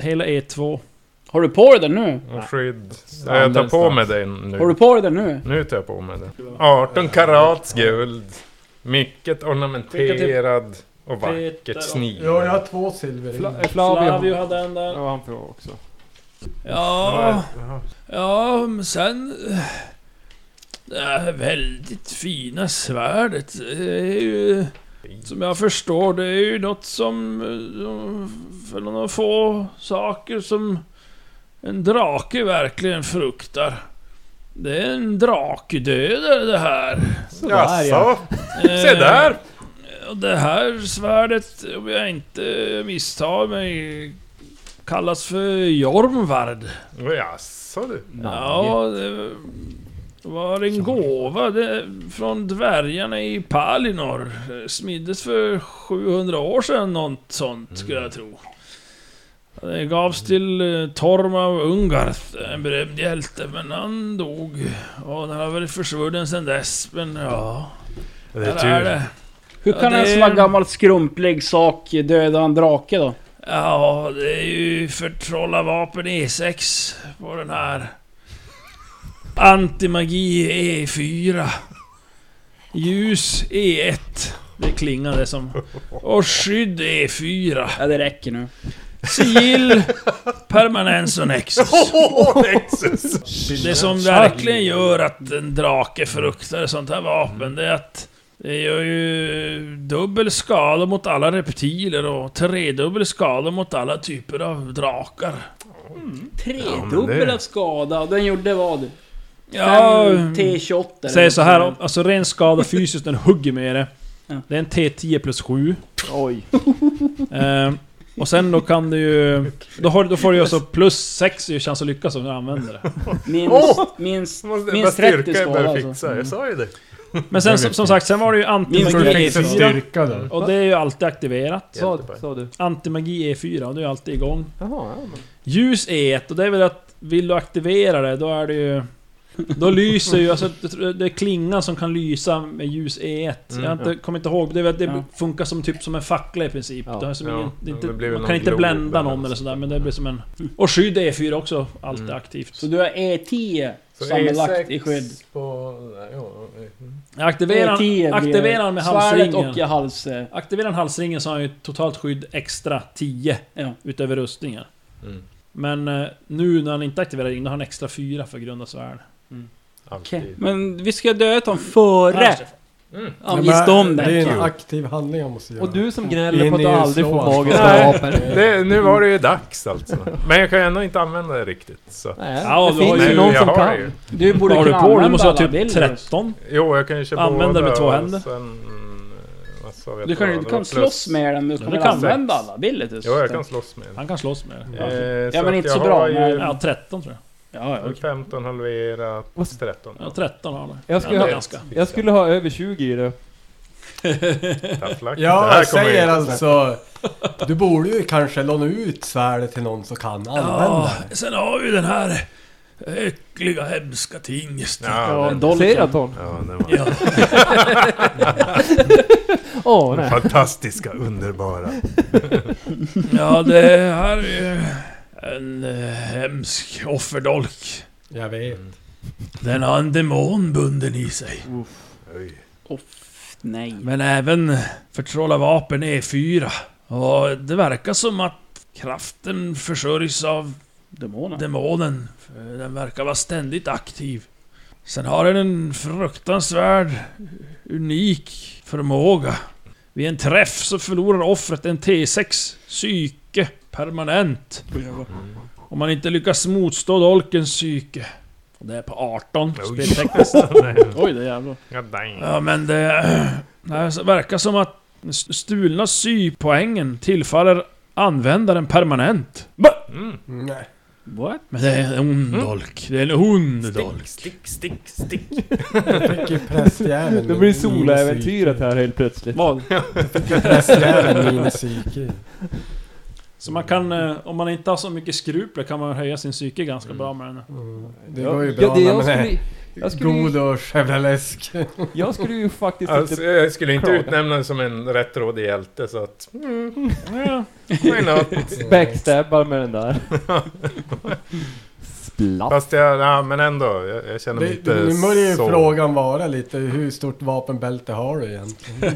Speaker 2: Hela E E2.
Speaker 4: Har du på dig den nu?
Speaker 3: Och skydd. Ja, jag tar på mig den
Speaker 4: Har du
Speaker 3: nu.
Speaker 4: på dig den nu?
Speaker 3: Nu tar jag på mig den. 18 karats guld. Mycket ornamenterad och
Speaker 2: Peter
Speaker 3: vackert
Speaker 2: och-
Speaker 3: snid.
Speaker 5: Ja, jag har två silver i.
Speaker 6: Fla-
Speaker 2: Flavio
Speaker 6: Flavio.
Speaker 2: hade den där.
Speaker 6: Ja, han får också.
Speaker 2: Ja, ja, men sen... eh, Det här väldigt fina svärdet det är ju... Som jag förstår, det är ju något som... eh, som- För några få saker som en drake verkligen fruktar. Det är en drakdödare det här.
Speaker 3: Jaså? [laughs] Se
Speaker 2: Eh,
Speaker 3: där!
Speaker 2: och det här svärdet, om jag inte misstar mig, kallas för Jormvard.
Speaker 3: Jaså du.
Speaker 2: Ja, det var en gåva det, från dvärgarna i Palinor. Smiddes för 700 år sedan, något sånt skulle jag tro. Det gavs till eh, Torm av Ungarth, en berömd hjälte, men han dog. Och den har väl försvunnen sedan dess, men ja...
Speaker 3: Det [laughs]
Speaker 2: där är
Speaker 3: är tur.
Speaker 2: det.
Speaker 4: Hur
Speaker 2: Ja,
Speaker 4: kan
Speaker 2: det
Speaker 4: en
Speaker 2: är-
Speaker 4: sån här gammal skrumplig sak döda en drake då?
Speaker 2: Ja, det är ju förtrolla vapen E6 på den här. Antimagi E4. Ljus E1. Det klingade som. Och skydd E4.
Speaker 4: Ja det räcker nu.
Speaker 2: Sigill, permanens och nexus.
Speaker 3: Åh, Nexus!
Speaker 2: Det som verkligen gör att en drake fruktar sånt här vapen, det är att det gör ju dubbel skada mot alla reptiler och tredubbel skada mot alla typer av drakar.
Speaker 3: Ja, men
Speaker 4: Tredubbel
Speaker 3: det-
Speaker 4: av skada och den gjorde vad?
Speaker 2: Ja, mm.
Speaker 4: Fem T28 eller
Speaker 2: säg
Speaker 4: något
Speaker 2: så här,
Speaker 4: sånt.
Speaker 2: alltså ren skada fysiskt, den hugger med det.
Speaker 4: Ja.
Speaker 2: Det är en T10 plus 7.
Speaker 4: Oj.
Speaker 2: [laughs] Eh, och sen då kan du ju... Då, har, då får du ju alltså plus 6 i chans att lyckas om du använder det.
Speaker 4: Minst, minst,
Speaker 3: Måste- bara
Speaker 4: minst
Speaker 3: styrka
Speaker 4: 30
Speaker 3: jag
Speaker 4: skada
Speaker 3: behöver
Speaker 4: alltså.
Speaker 3: fixa. Jag sa ju det.
Speaker 2: Men sen som, som sagt, sen var det ju
Speaker 4: Minst
Speaker 5: Du
Speaker 2: antimagi
Speaker 5: fick
Speaker 4: tre.
Speaker 5: sin
Speaker 2: E4.
Speaker 5: styrka där.
Speaker 2: Och det är ju alltid aktiverat.
Speaker 6: Sa, sa du?
Speaker 2: Antimagi E4, och du är alltid igång.
Speaker 6: Jaha, ja, men.
Speaker 2: Ljus E1, och det är väl att vill du aktivera det, då är det ju... Då lyser ju, alltså det är klingan som kan lysa med ljus E1. jag har inte, kommer inte ihåg, det, är väl att det
Speaker 4: Ja.
Speaker 2: funkar som typ som en fackla i princip.
Speaker 6: Ja.
Speaker 2: Det har som
Speaker 3: Ja,
Speaker 2: ingen, det är
Speaker 3: det
Speaker 2: inte,
Speaker 3: blir väl
Speaker 2: man
Speaker 3: någon
Speaker 2: kan inte
Speaker 3: glob
Speaker 2: blända
Speaker 3: eller
Speaker 2: någon
Speaker 3: något
Speaker 2: eller sådär, men det blir som en... Och skydd E4 också, allt är aktivt.
Speaker 4: Så du har E10
Speaker 3: Så E
Speaker 4: sammanlagt
Speaker 3: E6
Speaker 4: i skydd.
Speaker 3: På, nej, Mm, ja,
Speaker 2: Jag aktiverar,
Speaker 4: E10
Speaker 2: aktiverar han med
Speaker 4: svärdet
Speaker 2: halsringen.
Speaker 4: och hals... eh,
Speaker 2: Aktiverar han halsringen så har han ju totalt skydd extra 10
Speaker 4: Ja.
Speaker 2: utöver rustningen.
Speaker 3: Mm.
Speaker 2: Men eh, nu när han inte aktiverar ringen, då har han extra 4 för grund av svärd.
Speaker 3: alltid.
Speaker 4: Okej. Men vi ska döda dem före
Speaker 3: Mm.
Speaker 5: Men
Speaker 4: avgifta om
Speaker 5: Det är en
Speaker 4: den.
Speaker 5: aktiv handling jag måste göra.
Speaker 6: Och du som gnäller
Speaker 5: In
Speaker 6: på att
Speaker 5: i
Speaker 6: du aldrig får
Speaker 5: slå.
Speaker 6: magiska
Speaker 3: Nej.
Speaker 6: vapen.
Speaker 3: Det, nu var det ju dags alltså. Men jag kan ju ändå inte använda det riktigt. Så.
Speaker 6: Nej,
Speaker 2: Ja,
Speaker 6: det
Speaker 2: du har
Speaker 6: finns
Speaker 2: ju-
Speaker 6: ju någon som kan.
Speaker 3: ju.
Speaker 4: Du borde
Speaker 2: Vad har du
Speaker 4: kunna
Speaker 2: på dig? Du måste ha
Speaker 4: använda alla
Speaker 2: typ
Speaker 4: bilder.
Speaker 2: 13?
Speaker 3: Jo, jag kan ju köra
Speaker 2: Använder
Speaker 3: båda
Speaker 2: det med två
Speaker 3: och
Speaker 2: händer.
Speaker 3: Sen, mm, vad sa vi att
Speaker 4: Du
Speaker 3: det
Speaker 4: kan,
Speaker 3: var?
Speaker 4: du
Speaker 3: Det
Speaker 4: kan
Speaker 3: var
Speaker 4: slåss med den, men du
Speaker 2: Ja,
Speaker 4: kan
Speaker 2: det
Speaker 4: väl
Speaker 2: kan du.
Speaker 4: använda alla bilder
Speaker 3: Jo, jag kan slåss med det.
Speaker 2: Han kan slåss med det.
Speaker 3: Eh,
Speaker 4: Ja, men
Speaker 3: att
Speaker 4: inte så
Speaker 3: jag
Speaker 4: bra,
Speaker 3: har Ju,
Speaker 4: men-
Speaker 2: Ja, 13 tror jag.
Speaker 4: Ja, ja, okej.
Speaker 3: 15 halverat, 13.
Speaker 2: Ja, 13 har han.
Speaker 6: Jag skulle,
Speaker 2: Ja,
Speaker 6: ha,
Speaker 2: ganska.
Speaker 6: jag skulle ha över 20 i det.
Speaker 3: Tafflack. Det här
Speaker 5: Jag
Speaker 3: kommer
Speaker 5: säger
Speaker 3: ju-
Speaker 5: alltså... Du borde ju kanske låna ut svärdet till någon som kan använda det.
Speaker 2: sen har vi den här äckliga, hemska tingesten.
Speaker 3: Ja, den,
Speaker 4: Dolken.
Speaker 6: Seraton.
Speaker 3: ja, den var
Speaker 2: Ja.
Speaker 6: Åh nej.
Speaker 3: fantastiska, underbara.
Speaker 2: ja, det här är en eh, hemsk offerdolk.
Speaker 5: Jag vet.
Speaker 2: Den har en demon bunden i sig. [laughs]
Speaker 3: Oj.
Speaker 4: Nej.
Speaker 2: Men även förtrolla vapen E4. Och det verkar som att kraften försörjs av
Speaker 4: Demoner.
Speaker 2: demonen. För Den verkar vara ständigt aktiv. Sen har den en fruktansvärd, unik förmåga. Vid en träff så förlorar offret en T6 psyke permanent. Om man inte lyckas motstå dolkens psyke. Och det är på 18
Speaker 3: Oj.
Speaker 2: speltekniskt.
Speaker 4: Oj, det är jävlar.
Speaker 3: Ja, dang.
Speaker 2: Ja men det... [clears throat] Det så verkar som att den stulna sypoängen tillfaller användaren permanent.
Speaker 3: Mm.
Speaker 5: Nej.
Speaker 4: What?
Speaker 2: Men det är en ond dolk. Det är en ond dolk.
Speaker 3: Stick, stick, stick, stick.
Speaker 5: Jag fick ju prästjäveln
Speaker 6: Det blir soläventyret här helt plötsligt.
Speaker 4: Vad?
Speaker 5: Prästjäveln minus psyke.
Speaker 2: Så man kan, eh, om man inte har så mycket skrupler kan man höja sin psyke ganska bra med den.
Speaker 5: Mm. Det
Speaker 6: Ja,
Speaker 5: går ju
Speaker 6: ja,
Speaker 5: bra
Speaker 6: det
Speaker 5: när
Speaker 6: jag
Speaker 5: man är
Speaker 6: skulle, jag skulle ju-
Speaker 5: god och chevrolesk.
Speaker 6: jag skulle ju faktiskt
Speaker 3: Alltså,
Speaker 6: inte...
Speaker 3: jag skulle inte
Speaker 6: Klaga.
Speaker 3: utnämna den som en rättrådig hjälte så att... Mm,
Speaker 2: Ja.
Speaker 3: why
Speaker 4: [laughs]
Speaker 3: not?
Speaker 6: Backstabbar med den där. Splatt.
Speaker 3: Fast jag, ja, men ändå. Jag, jag känner mig
Speaker 5: Det,
Speaker 3: inte
Speaker 5: nu måste ju
Speaker 3: så...
Speaker 5: frågan vara lite, hur stort vapenbälte har du
Speaker 3: [laughs]
Speaker 5: egentligen?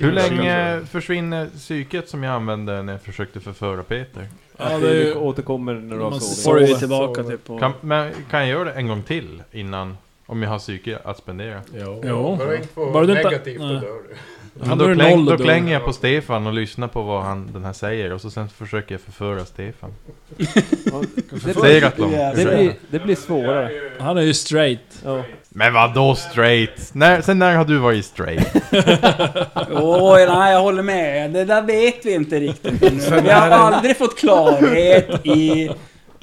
Speaker 7: Hur länge försvinner psyket som jag använde när jag försökte förföra Peter?
Speaker 2: Ja, det är
Speaker 6: det
Speaker 2: ju-
Speaker 6: återkommer när du har
Speaker 2: Man
Speaker 6: sovit.
Speaker 4: Får du
Speaker 2: Sover,
Speaker 4: tillbaka
Speaker 5: sover.
Speaker 4: typ och...
Speaker 7: Kan, men, kan jag göra det en gång till innan? Om jag har psyke att spendera?
Speaker 5: Jo.
Speaker 2: Jo.
Speaker 3: Bara inte få
Speaker 2: Bara du inte-
Speaker 3: negativt
Speaker 2: nej.
Speaker 3: då dör du.
Speaker 2: Men
Speaker 7: Men
Speaker 2: då
Speaker 7: då,
Speaker 2: är det
Speaker 7: kläng,
Speaker 2: noll
Speaker 7: då
Speaker 2: då.
Speaker 7: klänger jag på Stefan och lyssnar på vad han den här säger och så sen försöker jag förföra Stefan.
Speaker 6: Det
Speaker 7: Säger
Speaker 6: blir,
Speaker 7: att de...
Speaker 6: det blir, det blir svårare.
Speaker 2: Han är ju straight.
Speaker 6: Ja.
Speaker 7: Men vadå straight? När, sen när har du varit straight?
Speaker 4: Oj, nej jag håller med. Det där vet vi inte
Speaker 5: [laughs]
Speaker 4: riktigt ännu. Vi har
Speaker 5: där är-
Speaker 4: aldrig fått klarhet i...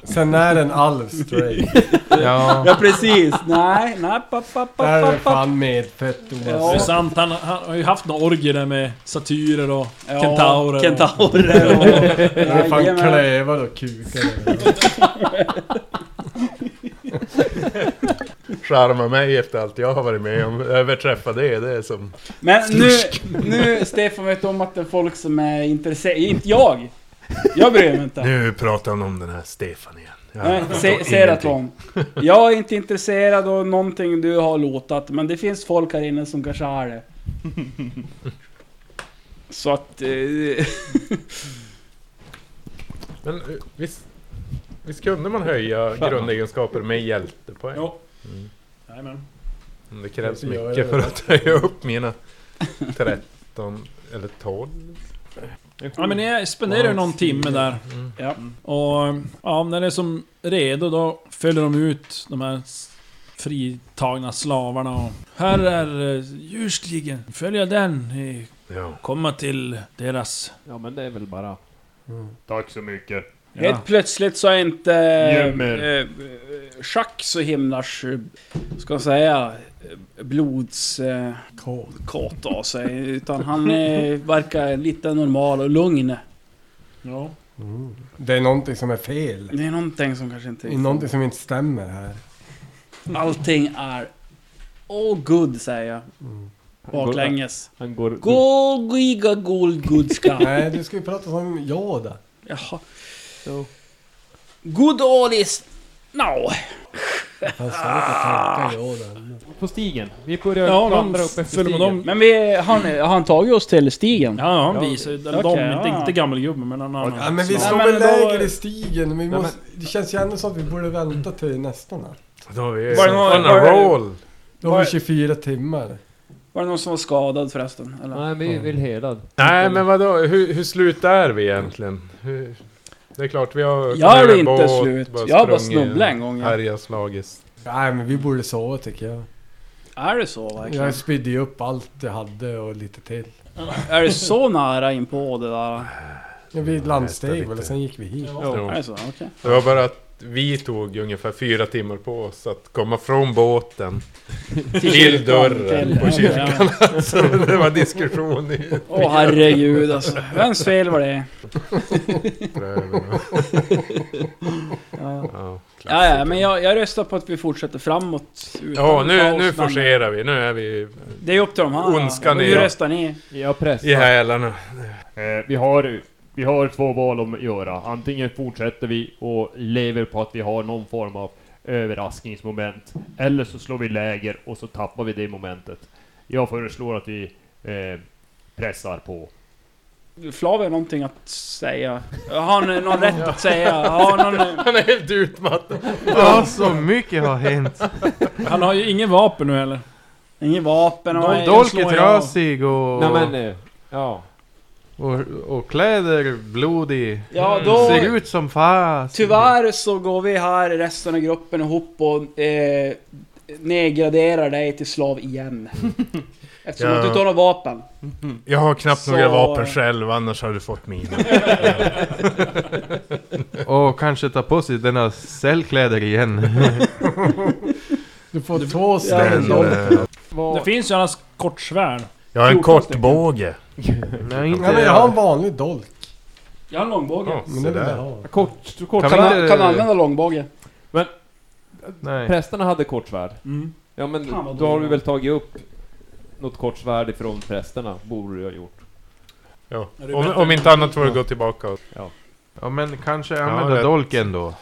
Speaker 5: Sen är den alv straight.
Speaker 7: Ja.
Speaker 4: Ja precis. Nej, nej, papp, papp,
Speaker 5: Där är
Speaker 4: papp,
Speaker 5: det
Speaker 4: papp, papp.
Speaker 5: fan medfött
Speaker 2: Det är
Speaker 5: oavsett.
Speaker 2: sant, han, han har ju haft några orgier där med satyrer och
Speaker 4: Ja,
Speaker 2: kentaurer. och-
Speaker 4: Kentaurer
Speaker 5: [laughs]
Speaker 4: och...
Speaker 5: Det är fan
Speaker 4: Jajamän.
Speaker 5: klövar och kukar.
Speaker 3: Charma mig efter allt jag har varit med om. Överträffa det, det är som...
Speaker 4: Men nu, nu Stefan vet om att det är folk som är intresserade. Inte jag! Jag bryr mig inte.
Speaker 3: Nu pratar han om den här Stefan igen. Jag
Speaker 4: Nej,
Speaker 3: förstår
Speaker 4: se-
Speaker 3: ingenting.
Speaker 4: Seratlon. Jag är inte intresserad av någonting du har låtat, men det finns folk här inne som kanske är det. Så att... Eh,
Speaker 3: Men eh, visst, visst kunde man höja grundegenskaper med hjältepoäng?
Speaker 2: Jo. Jajamän.
Speaker 3: Men Det krävs
Speaker 5: Ja, jag
Speaker 3: mycket för
Speaker 5: vet.
Speaker 3: att höja upp mina 13 eller 12.
Speaker 2: Ja men jag spenderar ju någon timme där.
Speaker 3: Mm.
Speaker 4: ja.
Speaker 2: Och ja, när det är som redo då följer de ut de här s- fritagna slavarna och... Här är eh, djurstigen. Följa den. eh,
Speaker 3: Ja.
Speaker 2: Komma till deras...
Speaker 6: ja men det är väl bara...
Speaker 8: Tack så mycket.
Speaker 2: Ja.
Speaker 4: Helt plötsligt så är inte...
Speaker 8: Gömmer.
Speaker 4: Eh, schack så himlars... eh, Ska jag säga... eh, Blods... Eh, kåt av sig. Utan han eh, verkar lite normal och lugn.
Speaker 2: Ja.
Speaker 5: Det är någonting som är fel.
Speaker 4: Det är någonting som kanske inte...
Speaker 5: Det är någonting som inte stämmer här.
Speaker 4: Allting är... Oh good säger jag. Baklänges.
Speaker 6: Han går...
Speaker 4: Go giga gold good
Speaker 5: [laughs]
Speaker 4: ska.
Speaker 5: Nej, du ska ju prata som Yoda.
Speaker 4: Jaha.
Speaker 6: Så.
Speaker 4: Good all is... No.
Speaker 5: Han sa att jag tolkar Yoda.
Speaker 6: På stigen. Vi börjar
Speaker 2: Ja,
Speaker 6: vandra
Speaker 2: de
Speaker 6: upp efter
Speaker 2: följer
Speaker 6: stigen.
Speaker 2: med dem.
Speaker 4: Men vi, han, har han tagit oss till stigen?
Speaker 2: Ja, han
Speaker 6: Ja,
Speaker 2: visar ju... De,
Speaker 4: okej,
Speaker 2: de,
Speaker 4: ja.
Speaker 2: inte, inte gammelgubben men en annan.
Speaker 5: Ja, men vi
Speaker 4: Nej,
Speaker 5: står
Speaker 4: men
Speaker 5: väl
Speaker 4: då-
Speaker 5: lägre i stigen. Vi måste, det känns ju ändå som att vi borde vänta till nästa natt.
Speaker 3: Då är vi
Speaker 4: Var det någon-
Speaker 3: on
Speaker 4: var
Speaker 3: a
Speaker 4: det-
Speaker 3: roll!
Speaker 5: Då har vi
Speaker 4: Vad-
Speaker 5: 24 timmar.
Speaker 4: Var det någon som var skadad förresten? Eller?
Speaker 6: Nej, vi vill helad.
Speaker 3: Nej men vadå, hur, hur slut är vi egentligen? Hur... Det är klart vi har...
Speaker 4: Jag är
Speaker 3: kommit
Speaker 4: inte
Speaker 3: över båt,
Speaker 4: slut. Jag har bara
Speaker 3: sprungit,
Speaker 4: snubblat en gång.
Speaker 3: Härja slagits.
Speaker 5: Nej, men vi borde sova tycker jag.
Speaker 4: Är det så verkligen?
Speaker 5: Jag spydde ju upp allt jag hade och lite till.
Speaker 4: Är det så nära in på det där?
Speaker 5: Ja, vi
Speaker 3: nästan
Speaker 5: landsteg väl
Speaker 3: lite.
Speaker 5: och sen gick vi hit.
Speaker 3: Jo.
Speaker 4: Är det så? Okej.
Speaker 3: Det var bara att vi tog ungefär fyra timmar på oss att komma från
Speaker 4: [laughs]
Speaker 3: båten till dörren på kyrkan. Så det var diskussion i
Speaker 4: Åh herregud alltså. Vems fel var det?
Speaker 3: pröven.
Speaker 4: Ja,
Speaker 3: Ja,
Speaker 4: ja, ja men jag, jag röstar på att vi fortsätter framåt. utan
Speaker 3: ja nu,
Speaker 4: paus,
Speaker 3: nu
Speaker 4: men
Speaker 3: forcerar vi. Nu är vi
Speaker 4: Det är upp till dem här.
Speaker 3: Ondskan
Speaker 4: Hur
Speaker 3: är-
Speaker 4: röstar ni?
Speaker 6: Jag pressar.
Speaker 3: i hälarna.
Speaker 8: Eh, vi, har, vi har två val att göra. Antingen fortsätter vi och lever på att vi har någon form av överraskningsmoment. Eller så slår vi läger och så tappar vi det momentet. Jag föreslår att vi eh, pressar på.
Speaker 4: Flavio har någonting att säga. Har han någon rätt att säga? Har någon...
Speaker 3: Han är helt utmattad.
Speaker 7: Ja, så mycket har hänt.
Speaker 2: Han har ju ingen vapen nu heller.
Speaker 4: Inget vapen? och-
Speaker 7: Dolket
Speaker 2: slår jag.
Speaker 7: rösig och,
Speaker 6: Nej men, eh, ja.
Speaker 7: och, och kläder blodig.
Speaker 4: Ja, då-
Speaker 7: Mm, Ser ut som fas.
Speaker 4: Tyvärr så går vi här, resten av gruppen, ihop och eh, nedgraderar dig till slav
Speaker 3: [laughs]
Speaker 4: igen. Eftersom
Speaker 3: Ja.
Speaker 4: att du inte har något vapen.
Speaker 3: Jag har knappt
Speaker 4: Så-
Speaker 3: några vapen själv, annars hade du fått mina.
Speaker 7: Och kanske ta på sig denna cellkläder igen.
Speaker 5: Du får två
Speaker 3: Den,
Speaker 5: ställen.
Speaker 7: eh,
Speaker 2: Det finns ju annars kortsvärd.
Speaker 3: jag har en
Speaker 4: 14
Speaker 3: kort
Speaker 4: stycken.
Speaker 3: båge.
Speaker 7: Nej,
Speaker 5: Ja,
Speaker 7: inte
Speaker 5: men jag har en vanlig dolk.
Speaker 4: Jag har en långbåge.
Speaker 3: Ja,
Speaker 5: Men
Speaker 3: se
Speaker 5: det vill
Speaker 3: där.
Speaker 5: jag ha.
Speaker 6: Kort, kort.
Speaker 4: Kan,
Speaker 7: Kan vi
Speaker 4: man,
Speaker 7: inte-
Speaker 4: kan
Speaker 3: Eh.
Speaker 4: man använda långbåge?
Speaker 7: Nej.
Speaker 6: Prästerna hade kortsvärd. Ja men
Speaker 4: Fan, vad
Speaker 6: då har vi
Speaker 4: dåliga.
Speaker 6: väl tagit upp något kortsvärd ifrån prästerna, borde du ha gjort.
Speaker 3: Ja. Om, om inte annat får du gå tillbaka. och-
Speaker 7: [laughs] Ja, men kanske
Speaker 3: Ja,
Speaker 7: använda
Speaker 3: rätt.
Speaker 7: dolken då.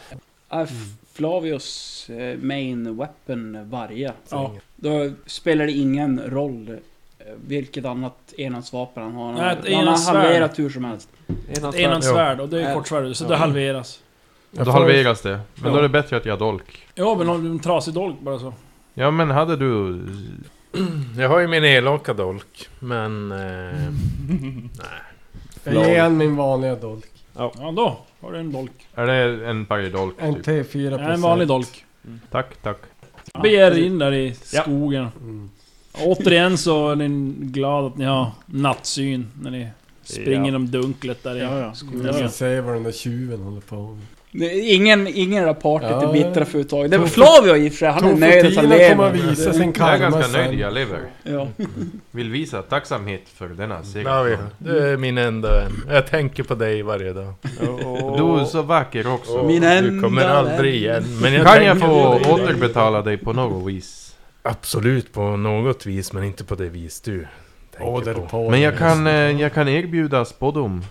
Speaker 4: Är Flavius eh, main weapon varje.
Speaker 2: Ja.
Speaker 4: Då spelar det ingen roll eh, vilket annat enhandsvapen han har.
Speaker 2: Nej, ett
Speaker 4: han har
Speaker 2: enhandssvärd.
Speaker 4: halverat hur som helst.
Speaker 6: Enans
Speaker 2: Det är en
Speaker 6: svärd.
Speaker 2: svärd och det är
Speaker 6: Ja.
Speaker 2: kortsvärd så
Speaker 6: Ja.
Speaker 2: det halveras.
Speaker 5: Jag
Speaker 7: Då
Speaker 5: får-
Speaker 7: halveras det. Men då
Speaker 2: Ja.
Speaker 7: är det bättre att jag har dolk.
Speaker 2: Ja men om du har en trasig dolk bara så.
Speaker 7: Ja, men hade du...
Speaker 3: [clears throat] Jag har ju min elaka dolk, men... Eh,
Speaker 5: Jag ger en min vanliga dolk.
Speaker 2: Ja då har du en dolk.
Speaker 7: Är det en paridolk?
Speaker 5: En
Speaker 7: Typ?
Speaker 5: T4
Speaker 2: Ja, en vanlig dolk.
Speaker 7: Tack, tack.
Speaker 2: Beger er in där i
Speaker 8: Ja.
Speaker 2: skogen.
Speaker 5: Mm.
Speaker 2: Återigen så är ni glad att ni har nattsyn när ni springer genom dunklet där i
Speaker 4: Ja, ja.
Speaker 5: Jag
Speaker 2: skogen.
Speaker 5: ska se vad den där tjuven håller på med.
Speaker 4: Det är Ingen, ingen i det här partiet
Speaker 5: Ja.
Speaker 4: är bittra företag. Det var Flavio i och för sig. Han är nöjd att han
Speaker 5: Tofotina kommer
Speaker 4: lever.
Speaker 5: visa sin
Speaker 7: Jag är
Speaker 5: karma
Speaker 7: ganska nöjd,
Speaker 5: sen.
Speaker 7: jag lever.
Speaker 4: Ja.
Speaker 7: Vill visa tacksamhet för denna
Speaker 3: Flavio,
Speaker 7: seger.
Speaker 3: du är min enda vän. Jag tänker på dig varje dag.
Speaker 7: Du är så vacker också.
Speaker 4: Min
Speaker 3: du kommer
Speaker 4: enda
Speaker 3: aldrig
Speaker 4: vän.
Speaker 3: igen. Men jag
Speaker 7: Kan
Speaker 3: tänker
Speaker 7: jag få
Speaker 3: på dig.
Speaker 7: återbetala dig på något vis?
Speaker 3: Absolut, på något vis, men inte på det vis du tänker
Speaker 5: Åh, där
Speaker 3: på.
Speaker 5: på
Speaker 7: Men jag
Speaker 5: den.
Speaker 7: kan, eh, jag kan erbjuda spådom.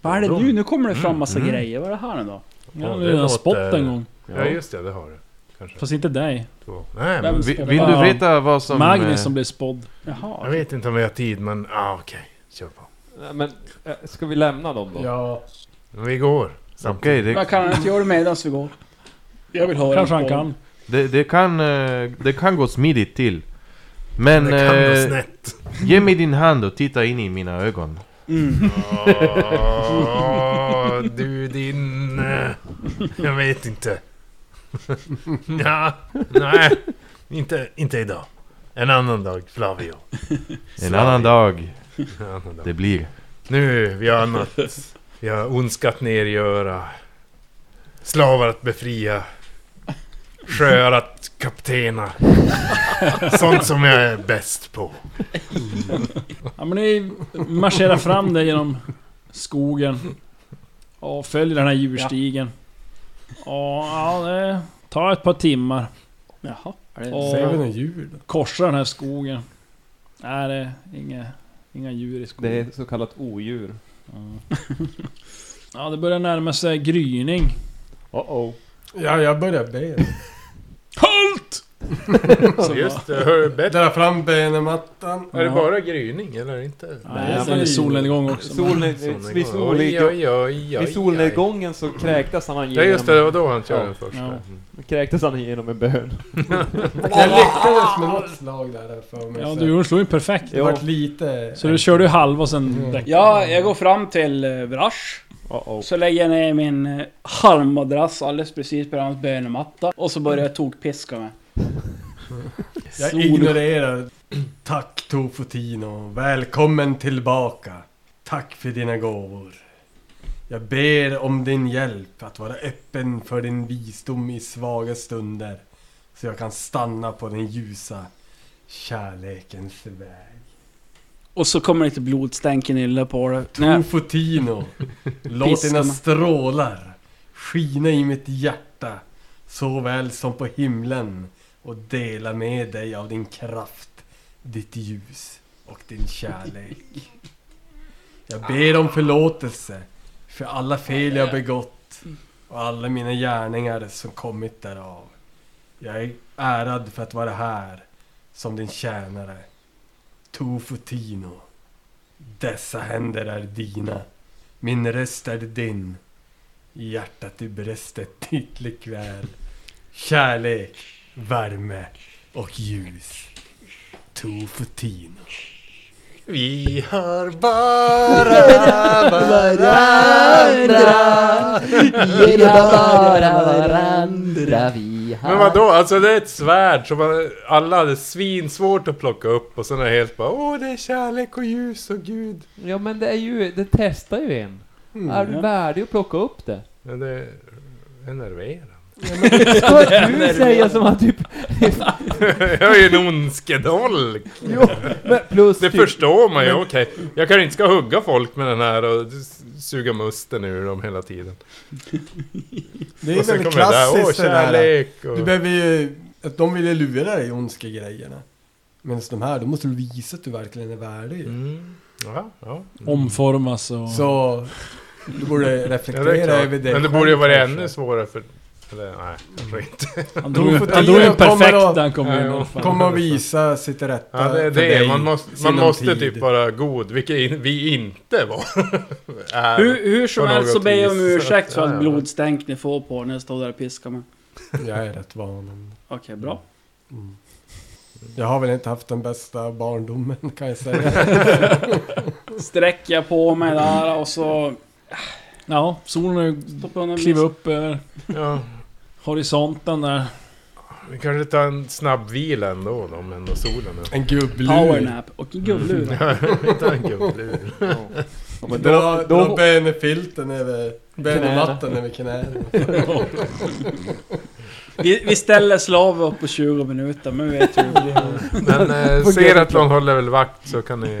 Speaker 4: Vad är det nu? Nu kommer det fram massa
Speaker 3: Mm.
Speaker 4: grejer. Vad är det här nu då?
Speaker 2: Ja,
Speaker 3: det
Speaker 2: du har
Speaker 3: låter-
Speaker 2: spott en gång.
Speaker 3: Ja, just det, det har du. Kanske.
Speaker 2: Fast inte dig.
Speaker 3: Två. Nej,
Speaker 4: Vem
Speaker 3: men
Speaker 7: Vi-
Speaker 4: ska-
Speaker 7: Vill du
Speaker 2: Ja.
Speaker 7: veta vad som... eh,
Speaker 2: Magnus som blev spådd.
Speaker 3: jag
Speaker 4: Jaha.
Speaker 3: vet inte om vi har tid, men ah, okej. Kör på.
Speaker 6: Nej, Men, eh, ska vi lämna dem då?
Speaker 5: Ja,
Speaker 3: Men vi går.
Speaker 7: Okej, det,
Speaker 4: Jag kan han inte göra det medan vi går. Jag vill höra.
Speaker 2: Kanske han
Speaker 4: på-
Speaker 2: kan.
Speaker 7: det, det, kan, eh, det kan gå smidigt till. Men
Speaker 3: det kan gå
Speaker 7: eh,
Speaker 3: snett.
Speaker 7: ge mig din hand och titta in i mina ögon.
Speaker 4: Mm.
Speaker 3: Åh, Ah, du din... eh, Jag vet inte. [laughs] Ja, nej. Inte, inte idag. En annan dag, Flavio.
Speaker 7: En annan dag
Speaker 3: En annan dag.
Speaker 7: det blir.
Speaker 3: Nu, vi har annat. Vi har ondskat nergöra. Slavar att befria. Sjöar att kaptena. Sånt som jag är bäst på.
Speaker 2: Ja men ni marscherar fram där genom skogen. Och följer den här djurstigen. Och ja, det tar ett par timmar.
Speaker 4: Jaha. Är det...
Speaker 2: Och
Speaker 5: ser vi några djur då?
Speaker 2: korsar den här skogen. Nej det är inga, inga djur i skogen.
Speaker 6: Det är så kallat odjur.
Speaker 2: [laughs] Ja det börjar närma sig gryning.
Speaker 6: Uh-oh.
Speaker 5: Ja, jag börjar be.
Speaker 2: HALT!
Speaker 3: Så just det, hör du bättre?
Speaker 5: Dra fram benemattan.
Speaker 3: Är det bara gryning eller inte?
Speaker 2: Nej,
Speaker 6: men
Speaker 2: sen är
Speaker 6: det-
Speaker 2: det solnedgång också.
Speaker 6: Solne-
Speaker 3: Solnedgång.
Speaker 6: vid,
Speaker 3: Oj,
Speaker 6: solnedgång,
Speaker 3: oj, oj, oj,
Speaker 6: vid solnedgången så kräktes han
Speaker 3: Ja just det, det var då han
Speaker 6: Ja.
Speaker 3: körde den första.
Speaker 2: Ja.
Speaker 6: kräktes han igenom en bön.
Speaker 5: Jag lyckades med något slag där för mig.
Speaker 2: Ja
Speaker 5: så
Speaker 2: du gjorde- slog ju perfekt.
Speaker 5: Det
Speaker 6: Ja.
Speaker 5: vart lite...
Speaker 2: Så du körde ju halva och sen däck.
Speaker 4: Ja, jag går fram till eh, Vrash.
Speaker 6: Uh-oh.
Speaker 4: Så lägger jag ner min eh, halmmadrass alldeles precis på hans bönematta. Och så börjar jag tokpiska mig.
Speaker 5: Jag
Speaker 4: Sol-
Speaker 5: ignorerar. Tack Tofotino. Välkommen tillbaka. Tack för dina gåvor. Jag ber om din hjälp att vara öppen för din visdom i svaga stunder. Så jag kan stanna på den ljusa kärlekens väg.
Speaker 4: Och så kommer lite blodstänk i nyllet på det. Nej,
Speaker 5: Tofotino, låt dina
Speaker 4: Piskorna.
Speaker 5: strålar skina i mitt hjärta såväl som på himlen och dela med dig av din kraft, ditt ljus och din kärlek. Jag ber om förlåtelse för alla fel jag begått och alla mina gärningar som kommit därav. Jag är ärad för att vara här som din tjänare. Tofotino. Dessa händer är dina. Min röst är din. Hjärtat i bröstet ditt likväl. Kärlek, värme och ljus. Tofotino.
Speaker 3: Vi har bara varandra.
Speaker 6: Vi har bara varandra, vi har...
Speaker 3: Men vadå? Alltså det är ett svärd som man- alla hade svinsvårt att plocka upp och sen är det helt bara Åh, det är kärlek och ljus och gud.
Speaker 6: Ja men det är ju, det testar ju en.
Speaker 5: Mm.
Speaker 6: Är du
Speaker 4: ja.
Speaker 6: värdig att plocka
Speaker 3: [laughs]
Speaker 6: upp det?
Speaker 3: Men det [laughs] enerverar.
Speaker 6: Ska du säga som att typ...
Speaker 3: Jag är ju en ondskedolk.
Speaker 6: Jo, men plus
Speaker 3: Det
Speaker 6: typ...
Speaker 3: förstår man ju, okej. Jag kanske inte ska hugga folk med den här och s- suga musten ur dem hela tiden.
Speaker 5: Det är
Speaker 3: och sen
Speaker 5: väldigt
Speaker 3: kommer det där, åh
Speaker 5: klassiskt det där.
Speaker 3: kärlek och...
Speaker 5: Du behöver ju... Att de vill ju lura dig, ondska grejerna. Medan de här, då måste du visa att du verkligen är värdig.
Speaker 3: Mm. Ja, ja.
Speaker 2: Omformas och...
Speaker 5: Så... Du borde
Speaker 3: Ja, det är
Speaker 5: reflektera
Speaker 3: klart.
Speaker 5: över dig
Speaker 3: Men det borde ju
Speaker 5: själv
Speaker 3: vara
Speaker 5: kanske.
Speaker 3: ännu svårare för... Eller nej, kanske inte.
Speaker 5: [laughs]
Speaker 2: Han
Speaker 5: Då
Speaker 2: drog,
Speaker 5: får
Speaker 2: han drog
Speaker 5: tiden
Speaker 2: den perfekt
Speaker 5: komma då.
Speaker 2: när han kom in.
Speaker 3: Ja,
Speaker 2: i
Speaker 3: ja.
Speaker 2: alla fall.
Speaker 5: Komma och visa sitt rätta
Speaker 3: Ja, det är
Speaker 5: för
Speaker 3: det.
Speaker 5: dig,
Speaker 3: Man måste, man
Speaker 5: sinom
Speaker 3: måste
Speaker 5: tid.
Speaker 3: typ vara god, vilket in, vi inte var. [laughs] Är.
Speaker 4: hur, hur som
Speaker 3: På
Speaker 4: helst så
Speaker 3: något
Speaker 4: ber jag om
Speaker 3: vis.
Speaker 4: ursäkt för
Speaker 3: Ja,
Speaker 4: att
Speaker 3: ja.
Speaker 4: blodstänk ni får på när jag står där och piskar mig.
Speaker 5: Jag är rätt van.
Speaker 4: Okej, bra.
Speaker 5: Mm. Jag har väl inte haft den bästa barndomen kan jag säga.
Speaker 3: [laughs]
Speaker 4: Sträcker jag på mig där och så...
Speaker 2: Ja, solen har ju
Speaker 4: stoppar jag undan-
Speaker 2: klivit upp över
Speaker 3: Ja,
Speaker 2: horisonten där.
Speaker 3: vi kanske tar en snabb vila ändå då, om ändå solen är...
Speaker 5: En gubblur.
Speaker 4: Powernap och en gubblur.
Speaker 3: [laughs]
Speaker 2: Mm.
Speaker 3: Vi tar en gubblur. [laughs]
Speaker 5: Dra,
Speaker 6: då-
Speaker 5: dra bönefilten över... Bönemattan över knäna.
Speaker 4: Vi, vi ställer slav upp på 20 minuter, men vi
Speaker 2: [laughs]
Speaker 4: vet ju hur det blir.
Speaker 3: Men eh, ser att någon håller väl vakt så kan ni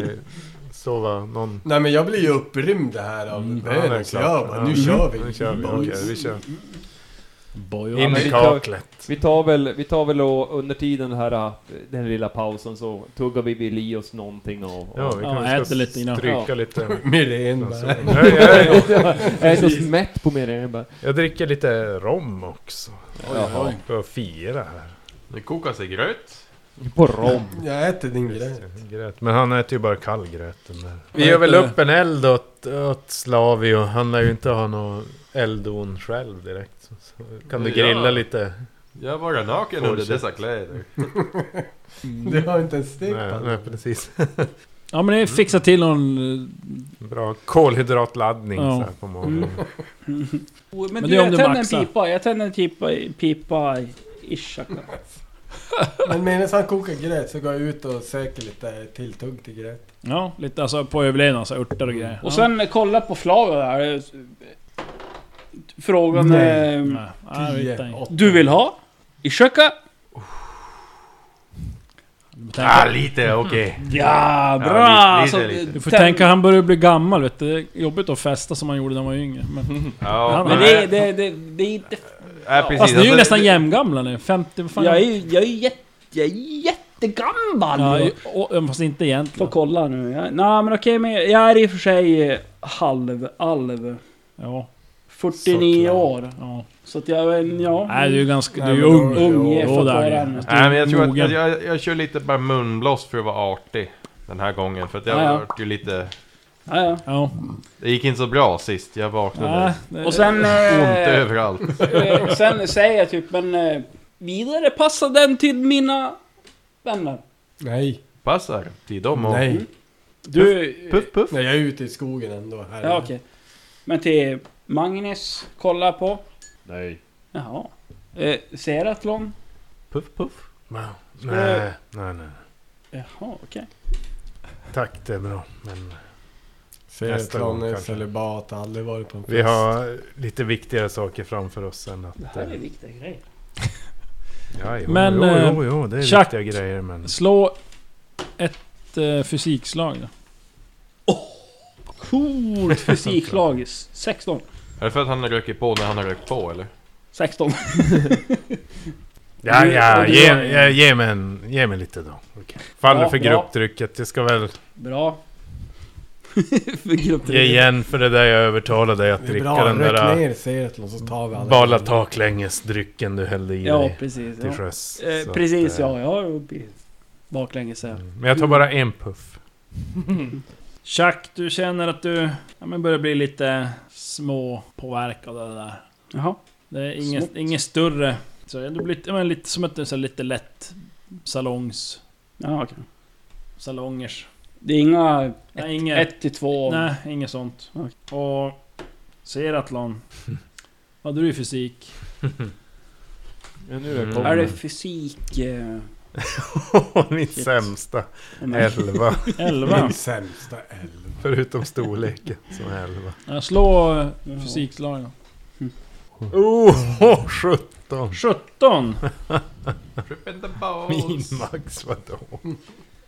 Speaker 3: sova någon...
Speaker 5: Nej men jag blir ju upprymd här av
Speaker 2: Mm.
Speaker 3: Ja, det är
Speaker 5: bönen. så
Speaker 3: klart.
Speaker 5: jag bara,
Speaker 3: Ja.
Speaker 5: nu kör vi.
Speaker 3: Nu kör vi, okej,
Speaker 5: boys.
Speaker 3: vi kör.
Speaker 2: Boy,
Speaker 3: In
Speaker 6: men
Speaker 3: i
Speaker 6: vi tar-
Speaker 3: kaklet.
Speaker 6: Vi tar väl, vi tar väl och under tiden den här, äh, den lilla pausen så tuggar vi väl i oss någonting av... av-
Speaker 3: Ja, vi
Speaker 2: Ja,
Speaker 3: kanske
Speaker 2: äter
Speaker 3: ska
Speaker 2: lite innan.
Speaker 6: Ja.
Speaker 3: stryka
Speaker 5: [laughs]
Speaker 3: lite.
Speaker 5: Myrén
Speaker 3: Alltså,
Speaker 5: bara.
Speaker 3: jag, jag,
Speaker 6: Jag är så mätt på mig redan bara.
Speaker 3: jag dricker lite rom också.
Speaker 6: Jaha.
Speaker 3: För att fira här.
Speaker 7: Det kokar sig gröt.
Speaker 6: På rom.
Speaker 5: Jag äter din grej.
Speaker 3: Gröt. Men han äter ju bara kall gröt den där. Vi gör väl upp en eld åt, åt Slavio. Han lär ju inte ha någon eldon själv direkt. Så, så kan du
Speaker 7: Ja.
Speaker 3: grilla lite?
Speaker 7: Jag var naken under dessa kläder.
Speaker 5: Du har inte en stek
Speaker 3: Nej,
Speaker 5: på
Speaker 3: nej,
Speaker 5: den.
Speaker 3: precis.
Speaker 2: Ja men ni fixar till någon... eh,
Speaker 3: Bra kolhydratladdning
Speaker 2: Ja.
Speaker 3: så här på morgonen.
Speaker 4: Men,
Speaker 2: det
Speaker 4: du,
Speaker 2: är om
Speaker 4: jag
Speaker 2: du
Speaker 4: tänder en
Speaker 2: maxar.
Speaker 4: pipa. Jag tänder en pipa, i- pipa i Ishaka.
Speaker 5: Men medan han kokar gröt så går jag ut och söker lite tilltugg till gröt.
Speaker 2: Ja, lite alltså på överlevnad, så här, örter och grejer.
Speaker 4: Och sen kolla på Flavio där. Frågan
Speaker 5: Nej.
Speaker 4: eh,
Speaker 2: Nej,
Speaker 3: Ah,
Speaker 2: nej, vi tar
Speaker 5: Tio,
Speaker 2: in.
Speaker 5: åtta.
Speaker 4: Du vill ha? Ishaka?
Speaker 2: Du får
Speaker 7: Ah,
Speaker 2: tänka-
Speaker 7: lite okej.
Speaker 4: Ja, bra!
Speaker 7: Ja, lite,
Speaker 4: Så-
Speaker 7: lite.
Speaker 2: Du får tänka, han börjar bli gammal vet du. Det är jobbigt att festa som han gjorde när han var yngre. Men,
Speaker 7: Ja,
Speaker 4: Men det, det, det, det är inte...
Speaker 7: Ja, precis.
Speaker 2: fast ni är ju
Speaker 7: Alltså,
Speaker 2: nästan
Speaker 7: det-
Speaker 2: jämngamla nu. 50, vad fan?
Speaker 4: Jag är ju jag är jätte, jag är jättegammal!
Speaker 2: Ja, ju- och, fast inte
Speaker 4: Får
Speaker 2: egentligen.
Speaker 4: kolla nu. Jag, nej men okej, men jag är i och för sig eh, halv, alv.
Speaker 2: Ja,
Speaker 4: 49 år.
Speaker 2: ja.
Speaker 4: Så att jag, men, ja.
Speaker 2: Mm. Nej du är ganska... Du är
Speaker 5: Nej,
Speaker 2: ju
Speaker 5: men
Speaker 2: ung.
Speaker 5: då-
Speaker 4: Ung
Speaker 5: Jo,
Speaker 4: är
Speaker 2: Då där
Speaker 4: fortfarande.
Speaker 2: är
Speaker 7: Nej, men jag tror att
Speaker 2: mogen.
Speaker 7: jag, jag, jag kör lite bara munblås för att vara artig. Den här gången. För att jag
Speaker 4: Ja, ja.
Speaker 7: vart ju lite...
Speaker 4: Ja, ja.
Speaker 2: Ja.
Speaker 7: Det gick inte så bra sist. Jag vaknade.
Speaker 2: Nej, det-
Speaker 4: Och sen...
Speaker 7: Ont
Speaker 4: Eh,
Speaker 7: överallt.
Speaker 4: eh, sen säger jag typ, men... Eh, vidare passa den till mina vänner.
Speaker 5: Nej.
Speaker 7: Passar till dem och...
Speaker 5: Nej.
Speaker 4: Du...
Speaker 7: Puff puff.
Speaker 5: Nej, jag är ute i skogen ändå. Här.
Speaker 4: Ja, okej. Men till Magnus, kolla på.
Speaker 8: Nej.
Speaker 4: Jaha. Eh, Seratlon?
Speaker 7: Puff puff.
Speaker 3: Wow. Nej, nej, nej.
Speaker 4: Jaha, okej.
Speaker 3: Tack, det är bra. Men Nästa gång
Speaker 5: Serieplaner,
Speaker 3: kanske.
Speaker 5: celibat, aldrig varit på en fest.
Speaker 3: Vi har lite viktigare saker framför oss än att...
Speaker 9: Det här är viktiga grejer.
Speaker 3: Ja, jo,
Speaker 2: Men,
Speaker 3: jo,
Speaker 2: eh,
Speaker 3: jo, jo, det är
Speaker 2: tjack.
Speaker 3: viktiga grejer men...
Speaker 2: Slå ett eh, fysikslag då.
Speaker 9: Oh! Coolt
Speaker 2: [laughs]
Speaker 9: fysiklag. 16.
Speaker 7: Är det för att han har rökt på när han har rökt på eller?
Speaker 9: 16.
Speaker 3: Ja, ja,
Speaker 9: du-
Speaker 3: ge, ja, ge, mig en, ge mig lite då. Faller
Speaker 9: Ja,
Speaker 3: för
Speaker 9: ja.
Speaker 3: grupptrycket. Jag ska väl
Speaker 9: Bra.
Speaker 4: För grupp
Speaker 3: ge igen för det där jag övertalade dig att
Speaker 5: Det är
Speaker 3: dricka
Speaker 5: bra,
Speaker 3: den
Speaker 5: rök
Speaker 3: där
Speaker 5: ner Seratlon så tar vi alla.
Speaker 3: bala taklänges-drycken du hällde i
Speaker 9: Ja,
Speaker 3: dig
Speaker 9: precis.
Speaker 3: till
Speaker 9: Ja.
Speaker 3: sjöss. Så
Speaker 9: Eh,
Speaker 3: att,
Speaker 9: precis,
Speaker 3: eh,
Speaker 9: ja. Jag har uppe baklänges här.
Speaker 3: mm. Men jag tar bara en puff.
Speaker 2: Chuck, du känner att du ja, men börjar bli lite småpåverkad av det där.
Speaker 9: Jaha.
Speaker 2: Det är inget,
Speaker 9: Smått.
Speaker 2: inget större. Så det blir lite, ja, men lite som ett så här, lite lätt salongs...
Speaker 9: Ja, okej.
Speaker 2: Salongers.
Speaker 9: Det är inga
Speaker 2: Nej, inget,
Speaker 9: 1 till 2.
Speaker 2: nej, inget sånt. Och
Speaker 7: [laughs]
Speaker 2: Seratlon. Vad hade du i fysik?
Speaker 8: Ja, nu
Speaker 3: Mm.
Speaker 8: är det
Speaker 9: Är
Speaker 8: kommer.
Speaker 9: det fysik? eh,
Speaker 3: Min sämsta
Speaker 9: om jag-
Speaker 3: elva.
Speaker 2: 11?
Speaker 5: Min sämsta elva.
Speaker 3: Förutom storleken som är elva.
Speaker 2: Ja, slå eh, fysikslag då.
Speaker 3: Oh, 17!
Speaker 2: 17!
Speaker 3: Min max vadå?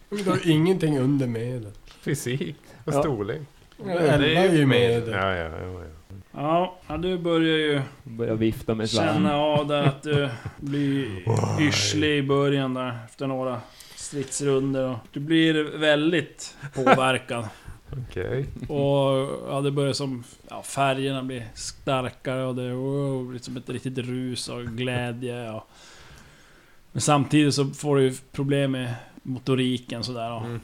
Speaker 5: Men Du har ingenting under medel.
Speaker 3: Fysik och
Speaker 8: Ja.
Speaker 3: storlek.
Speaker 5: Elva är ju medel.
Speaker 3: Ja, ja, ja, ja.
Speaker 2: Ja, ja, du börjar ju
Speaker 6: Börjar vifta med svärd.
Speaker 2: känna av där att du blir yrslig i början där efter några stridsrunder och du blir väldigt påverkad.
Speaker 3: Okej.
Speaker 2: Och ja, det börjar som... Ja, färgerna blir starkare och det wow, blir som ett riktigt rus av glädje och... Men samtidigt så får du ju problem med motoriken sådär och,
Speaker 3: Mm.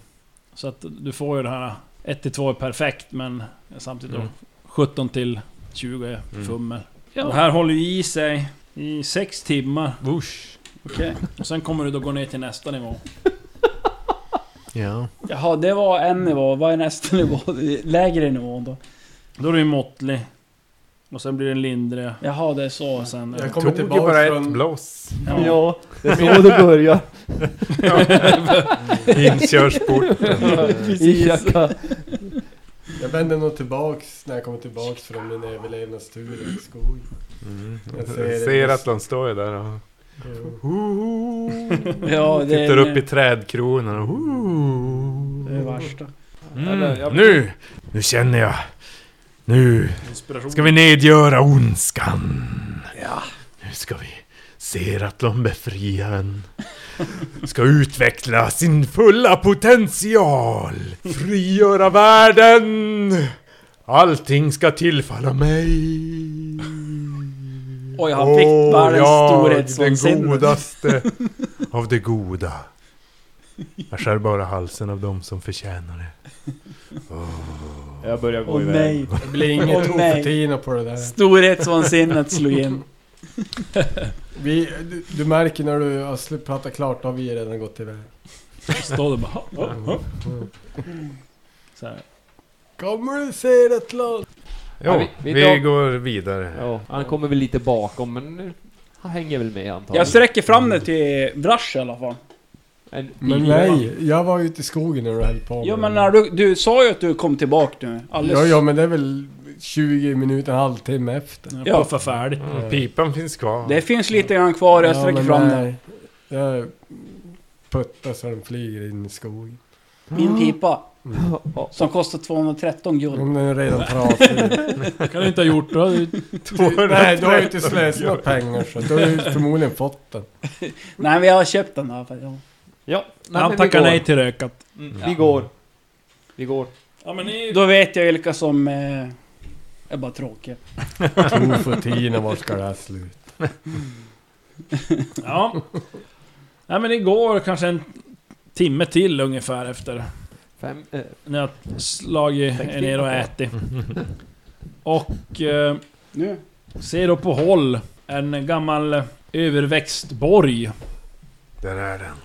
Speaker 2: Så att du får ju det här... 1-2 är perfekt men samtidigt
Speaker 3: Mm.
Speaker 2: då 17 till 20 är
Speaker 3: Mm.
Speaker 2: fummel. Det här håller ju i sig i 6 timmar.
Speaker 3: Whoosh.
Speaker 9: Okej.
Speaker 2: Och sen kommer du då gå ner till nästa nivå.
Speaker 3: Ja.
Speaker 9: Jaha, det var en nivå. Vad är nästa nivå? [laughs] Lägre nivå då?
Speaker 2: Då är du ju måttlig. Och sen blir det lindriga.
Speaker 9: Jaha, det är så.
Speaker 2: Och sen...
Speaker 5: Jag
Speaker 3: Tog
Speaker 5: kommer
Speaker 3: ju
Speaker 5: tillbaka
Speaker 3: bara ett
Speaker 5: från...
Speaker 3: blås.
Speaker 2: [laughs] Ja.
Speaker 6: Ja, det är så det börjar.
Speaker 3: Inkörsporten.
Speaker 6: I jacka.
Speaker 5: Jag vänder nog tillbaks när jag kommer tillbaks från min överlevnadstur i skogen. [laughs] Jag ser det.
Speaker 3: Jag ser att de står ju där och
Speaker 9: Ja, det
Speaker 3: tittar
Speaker 9: är,
Speaker 3: upp i trädkronan och "Hoo."
Speaker 9: det är värsta.
Speaker 3: mm. Nu! Nu känner jag. Nu ska vi nedgöra ondskan. Nu ska vi se att de befriar en. Ska utveckla sin fulla potential. Frigöra världen. Allting ska tillfalla mig.
Speaker 9: Oj, han fick
Speaker 3: Åh,
Speaker 9: världens
Speaker 3: jag,
Speaker 9: storhetsvansinne. [laughs]
Speaker 3: Den godaste av det goda. Jag skär bara halsen av dem som förtjänar det.
Speaker 8: Jag börjar gå
Speaker 9: Åh
Speaker 8: iväg.
Speaker 9: nej.
Speaker 5: Det blir inget
Speaker 9: Åh, nej.
Speaker 5: Toftina på det där.
Speaker 9: Storhetsvansinnet slog in.
Speaker 5: Vi, du, du märker när du har slut pratat klart, då har vi redan gått iväg.
Speaker 2: Står där bara... "Ha, ha, ha." Så här.
Speaker 5: Mm. Kommer du se ett land?
Speaker 3: Jo,
Speaker 6: Ja, vi-
Speaker 3: vi,
Speaker 6: vi tar-
Speaker 3: går vidare.
Speaker 6: Ja, han kommer väl lite bakom, men nu- han hänger väl med antagligen.
Speaker 9: Jag sträcker fram det till Vrash i alla fall.
Speaker 6: En
Speaker 5: Men nej, jag var ute i skogen när du höll på med
Speaker 9: Jo men
Speaker 5: det.
Speaker 9: när du, du sa ju att du kom tillbaka nu. Alldeles.
Speaker 5: Ja, ja, men det är väl 20 minuter, en halvtimme efter.
Speaker 2: Jag
Speaker 9: Ja.
Speaker 2: puffar färdigt.
Speaker 3: Mm, pipan finns kvar.
Speaker 9: Det finns lite grann kvar, jag sträcker
Speaker 5: men eh,
Speaker 9: fram den.
Speaker 5: nej. Jag puttar så den flyger in i skogen.
Speaker 9: Min pipa.
Speaker 6: Ja,
Speaker 9: Som kostar 213 guld.
Speaker 5: Om den är redan trasig.
Speaker 2: Det kan du inte ha gjort. Då.
Speaker 5: nej, du har ju inte slösat några pengar så du har ju förmodligen fått den.
Speaker 9: Nej men jag har köpt den här. Ja.
Speaker 6: ja. Nej,
Speaker 2: Han
Speaker 6: men vi
Speaker 2: tackar
Speaker 6: går.
Speaker 2: nej till rökat.
Speaker 6: Mm, Vi går. Vi går.
Speaker 2: Ja, men ni...
Speaker 9: Då vet jag vilka som eh, är bara tråkiga.
Speaker 5: Tofotina, var ska det här sluta?
Speaker 2: Ja. Nej men igår kanske en timme till ungefär efter
Speaker 6: Fem, eh,
Speaker 2: när jag slagit er ner och ätit. Och eh,
Speaker 9: Nu?
Speaker 2: ser då på håll en gammal överväxt borg.
Speaker 3: Där är den.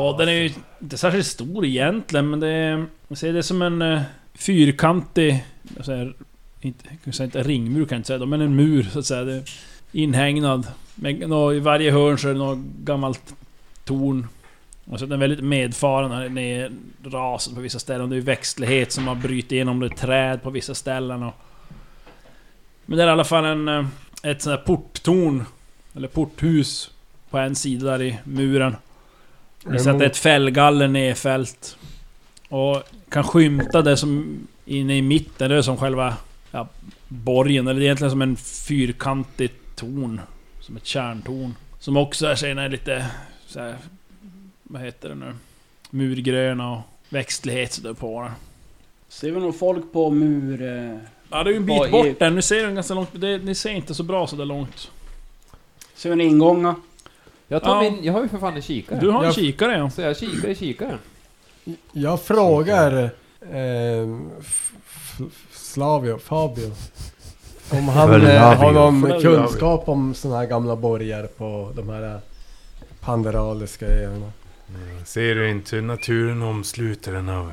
Speaker 2: Och den är ju inte särskilt stor egentligen men det är... Jag ser det som en eh, fyrkantig... Jag säger, inte, jag kan säga inte ringmur kan jag inte säga då, men en mur så att säga. Det är inhägnad. Med, nå- I varje hörn så är det något gammalt torn. Och så den är väldigt medfaren här nere i rasen på vissa ställen. Det är ju växtlighet som har brutit igenom det är träd på vissa ställen. Och... Men det är i alla fall en, eh, ett sånt här porttorn, eller porthus, på en sida där i muren. Vi sätter ett fällgaller nedfällt. Och kan skymta det som inne i mitten, det är som själva ja, borgen. Eller det är egentligen som en fyrkantig torn. Som ett kärntorn. Som också är, sen är lite... Så här, vad heter det nu? Murgröna och växtlighet så där på den.
Speaker 4: Ser vi nog folk på mur... eh,
Speaker 2: Ja, det är ju en
Speaker 4: Vad
Speaker 2: bit
Speaker 4: är-
Speaker 2: bort där. Nu ser den ganska långt. Det, ni ser inte så bra så där långt.
Speaker 4: Ser vi en ingånga?
Speaker 6: Jag tar
Speaker 2: Ja.
Speaker 6: min... Jag har ju för fan en kikare.
Speaker 2: Du har en
Speaker 5: Jag-
Speaker 2: kikare ja.
Speaker 6: Så jag kikar i kikaren.
Speaker 5: Jag frågar eh, F- F- Slavio, Fabio. Om han eh, har någon kunskap om sådana här gamla borgar på de här eh, panderaliska öarna.
Speaker 3: Ser du inte hur naturen omsluter den av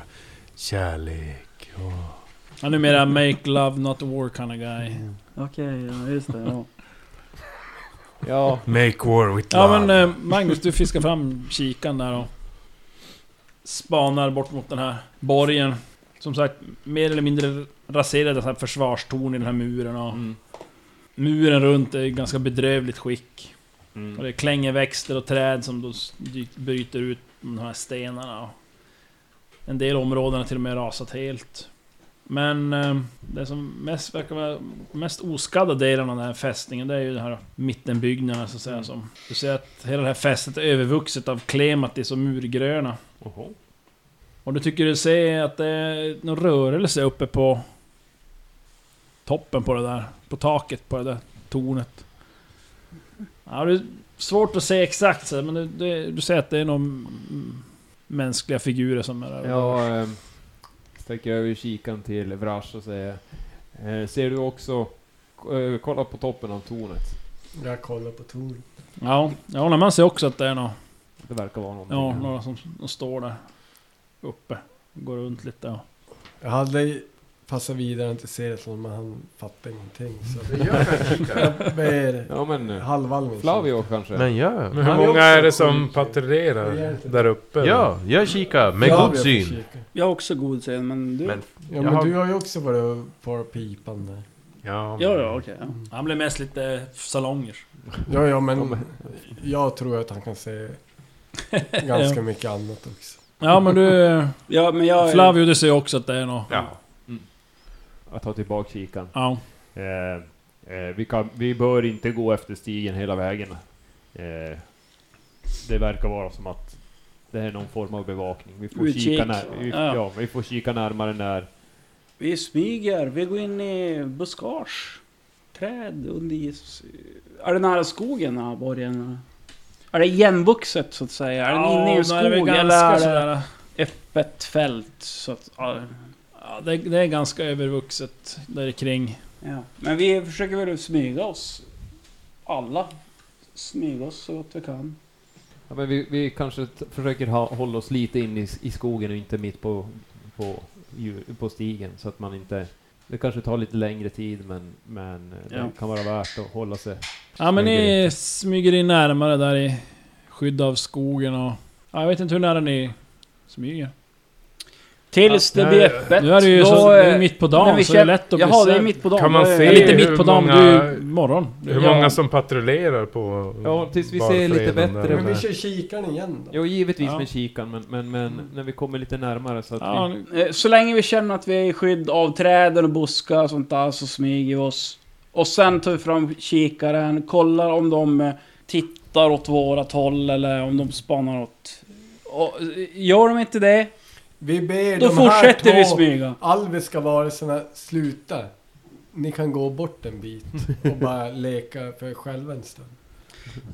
Speaker 3: kärlek? Och...
Speaker 2: Han är numera make love not war kind of guy.
Speaker 4: Okej, ja just det. Ja.
Speaker 6: Ja,
Speaker 3: Make war with
Speaker 2: Ja
Speaker 3: love.
Speaker 2: men eh, Magnus, du fiskar fram kikan där och spanar bort mot den här borgen. Som sagt, mer eller mindre raserade den här försvarstorn i den här muren och
Speaker 6: Mm.
Speaker 2: muren runt är i ganska bedrövligt skick.
Speaker 6: Mm.
Speaker 2: Och det klänger växter och träd som då s- dy- bryter ut de här stenarna. och En del områden har till och med rasat helt. Men eh, det som mest verkar vara mest oskadda delen av den här fästningen, det är ju den här mittenbyggnaden så att säga. Som, du ser att hela det här fästet är övervuxet av klematis och murgröna.
Speaker 6: Oho.
Speaker 2: Och du tycker du ser att det är någon rörelse uppe på toppen på det där, på taket på det där tornet. Ja, det är svårt att se exakt så, men du, du, du ser att det är någon mm, mänskliga figurer som är där.
Speaker 6: Jag eh, sträcker över kikaren till Vrash och säger... Eh, ser du också... k- Eh, kolla på toppen av tornet.
Speaker 5: Jag kollar på Tor.
Speaker 2: Ja, ja, men man ser också att det är någon,
Speaker 6: Det verkar vara någonting.
Speaker 2: ja, några som, som står där uppe. Går runt lite och...
Speaker 5: Jag hade passat vidare och inte sett honom men han fattar ingenting. Så
Speaker 3: Det gör jag inte.
Speaker 5: jag ber
Speaker 6: Ja men... eh,
Speaker 5: halvvalven.
Speaker 6: Flavio kanske?
Speaker 7: Men gör.
Speaker 3: Men hur många är det som patrullerar där uppe?
Speaker 7: Ja, jag kikar med
Speaker 5: Flavio
Speaker 7: god
Speaker 5: får
Speaker 7: syn.
Speaker 5: kika.
Speaker 4: Jag har också god syn, men du...
Speaker 7: Men-
Speaker 5: Ja
Speaker 7: Jag
Speaker 5: men
Speaker 7: har-
Speaker 5: du har ju också varit på pipan där.
Speaker 3: Ja,
Speaker 4: Ja, ja, okej. ja.
Speaker 2: Mm. Han blir mest lite salonger.
Speaker 5: Ja ja men jag tror att han kan
Speaker 4: [laughs]
Speaker 5: se ganska mycket annat också.
Speaker 2: Ja men du...
Speaker 4: Ja, men jag... är-
Speaker 2: Flavio, du ser också att det är någon...
Speaker 7: Ja.
Speaker 6: Jag tar tillbaka kikaren.
Speaker 2: Ja.
Speaker 6: Eh, eh, vi, kan, vi bör inte gå efter stigen hela vägen. Eh, det verkar vara som att det är någon form av bevakning. Vi får,
Speaker 4: Utkik.
Speaker 6: kika, när, vi,
Speaker 4: Ja.
Speaker 6: ja. vi får kika närmare när...
Speaker 4: Vi smyger, vi går in i buskage. Träd under is. Är det nära skogen, den här borgen? Är det igenvuxet, så att säga? Är den inne i en
Speaker 2: då är det väl
Speaker 4: skog,
Speaker 2: ganska
Speaker 4: eller är det
Speaker 2: sådär-
Speaker 4: öppet fält? Så att, ja,
Speaker 2: Ja, det, det är ganska övervuxet där kring.
Speaker 4: Ja, men vi försöker väl smyga oss. Alla. Smyga oss så gott vi kan.
Speaker 6: Ja, men vi, vi kanske t- försöker ha, hålla oss lite in i, s- i skogen och inte mitt på, på, ju- på stigen så att man inte... Det kanske tar lite längre tid men, men eh,
Speaker 4: Ja.
Speaker 6: det kan vara värt att hålla sig.
Speaker 2: Ja men
Speaker 6: Smyger
Speaker 2: ni smyger in närmare där i skydd av skogen och... Ja, jag vet inte hur nära ni smyger.
Speaker 4: Tills det blir öppet.
Speaker 2: Nu är det ju
Speaker 4: då,
Speaker 2: så, det är
Speaker 4: eh,
Speaker 2: mitt på
Speaker 4: när vi
Speaker 2: dagen så det är
Speaker 4: känner-
Speaker 2: lätt att
Speaker 4: Jaha, det är
Speaker 2: sedd.
Speaker 4: mitt på dagen.
Speaker 3: Kan man
Speaker 4: Då är-
Speaker 3: se-
Speaker 2: Ja, lite
Speaker 3: Hur
Speaker 2: mitt på dagen,
Speaker 3: många-
Speaker 2: det är ju morgon.
Speaker 3: Hur
Speaker 2: Ja.
Speaker 3: många som patrullerar på...
Speaker 6: Ja, tills vi ser lite
Speaker 3: Barfreden där
Speaker 6: bättre
Speaker 5: Men
Speaker 3: uppe?
Speaker 5: vi kör kikaren igen då.
Speaker 6: Jo, givetvis
Speaker 2: Ja.
Speaker 6: med kikan men, men, men när vi kommer lite närmare så att
Speaker 2: Ja,
Speaker 6: vi...
Speaker 2: nu-
Speaker 4: Eh, Så länge vi känner att vi är i skydd av träden och buskar och sånt där så smyger vi oss. Och sen tar vi fram kikaren, kollar om de eh, tittar åt vårat håll eller om de spanar åt... Och, eh, gör de inte det,
Speaker 5: Vi ber
Speaker 4: då
Speaker 5: de här
Speaker 4: fortsätter vi
Speaker 5: två
Speaker 4: smyga.
Speaker 5: alviska varelserna sluta. Ni kan gå bort en bit
Speaker 4: [laughs]
Speaker 5: och bara leka för er själva en stund.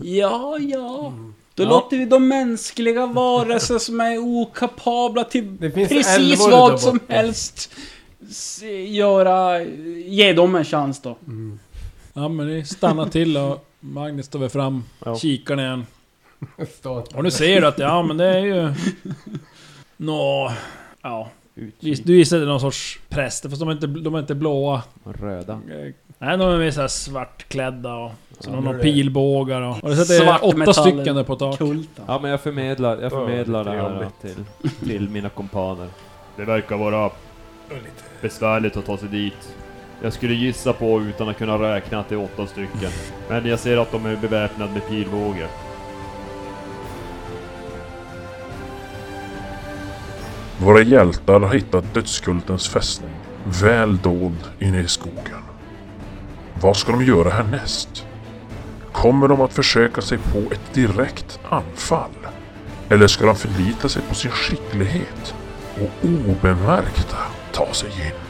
Speaker 4: Ja, ja.
Speaker 5: Mm.
Speaker 4: Då
Speaker 6: Ja.
Speaker 4: låter vi de mänskliga varelser som är okapabla till
Speaker 5: Det finns
Speaker 4: precis
Speaker 5: älvor där
Speaker 4: vad som
Speaker 5: borta.
Speaker 4: helst s- göra... Ge dem en chans då.
Speaker 5: Mm.
Speaker 2: ja men ni stannar till och Magnus tar väl fram
Speaker 6: Ja.
Speaker 2: kikaren igen.
Speaker 5: Stå.
Speaker 2: Och nu ser du att ja men det är ju... Nå... Ja. Vis-
Speaker 6: Utkik.
Speaker 2: Du gissade någon sorts präster, fast de är inte, de är inte blåa.
Speaker 6: Röda.
Speaker 2: Eh, Nej, de är mer såhär svartklädda och... Så
Speaker 6: Ja,
Speaker 2: de
Speaker 6: det
Speaker 2: har
Speaker 6: är-
Speaker 2: pilbågar och... Har du sett det är
Speaker 9: Svart
Speaker 2: åtta
Speaker 9: metall.
Speaker 2: stycken där på taket?
Speaker 9: Kulta.
Speaker 6: Ja men jag förmedlar, jag
Speaker 7: Ja,
Speaker 6: förmedlar det här
Speaker 7: trevligt.
Speaker 6: till, till mina kompaner. Det verkar vara besvärligt att ta sig dit. Jag skulle gissa på utan att kunna räkna att det är åtta stycken. Men jag ser att de är beväpnade med pilbåge.
Speaker 1: Våra hjältar har hittat dödskultens fästning, väl dold inne i skogen. Vad ska de göra härnäst? Kommer de att försöka sig på ett direkt anfall? Eller ska de förlita sig på sin skicklighet och obemärkta ta sig in?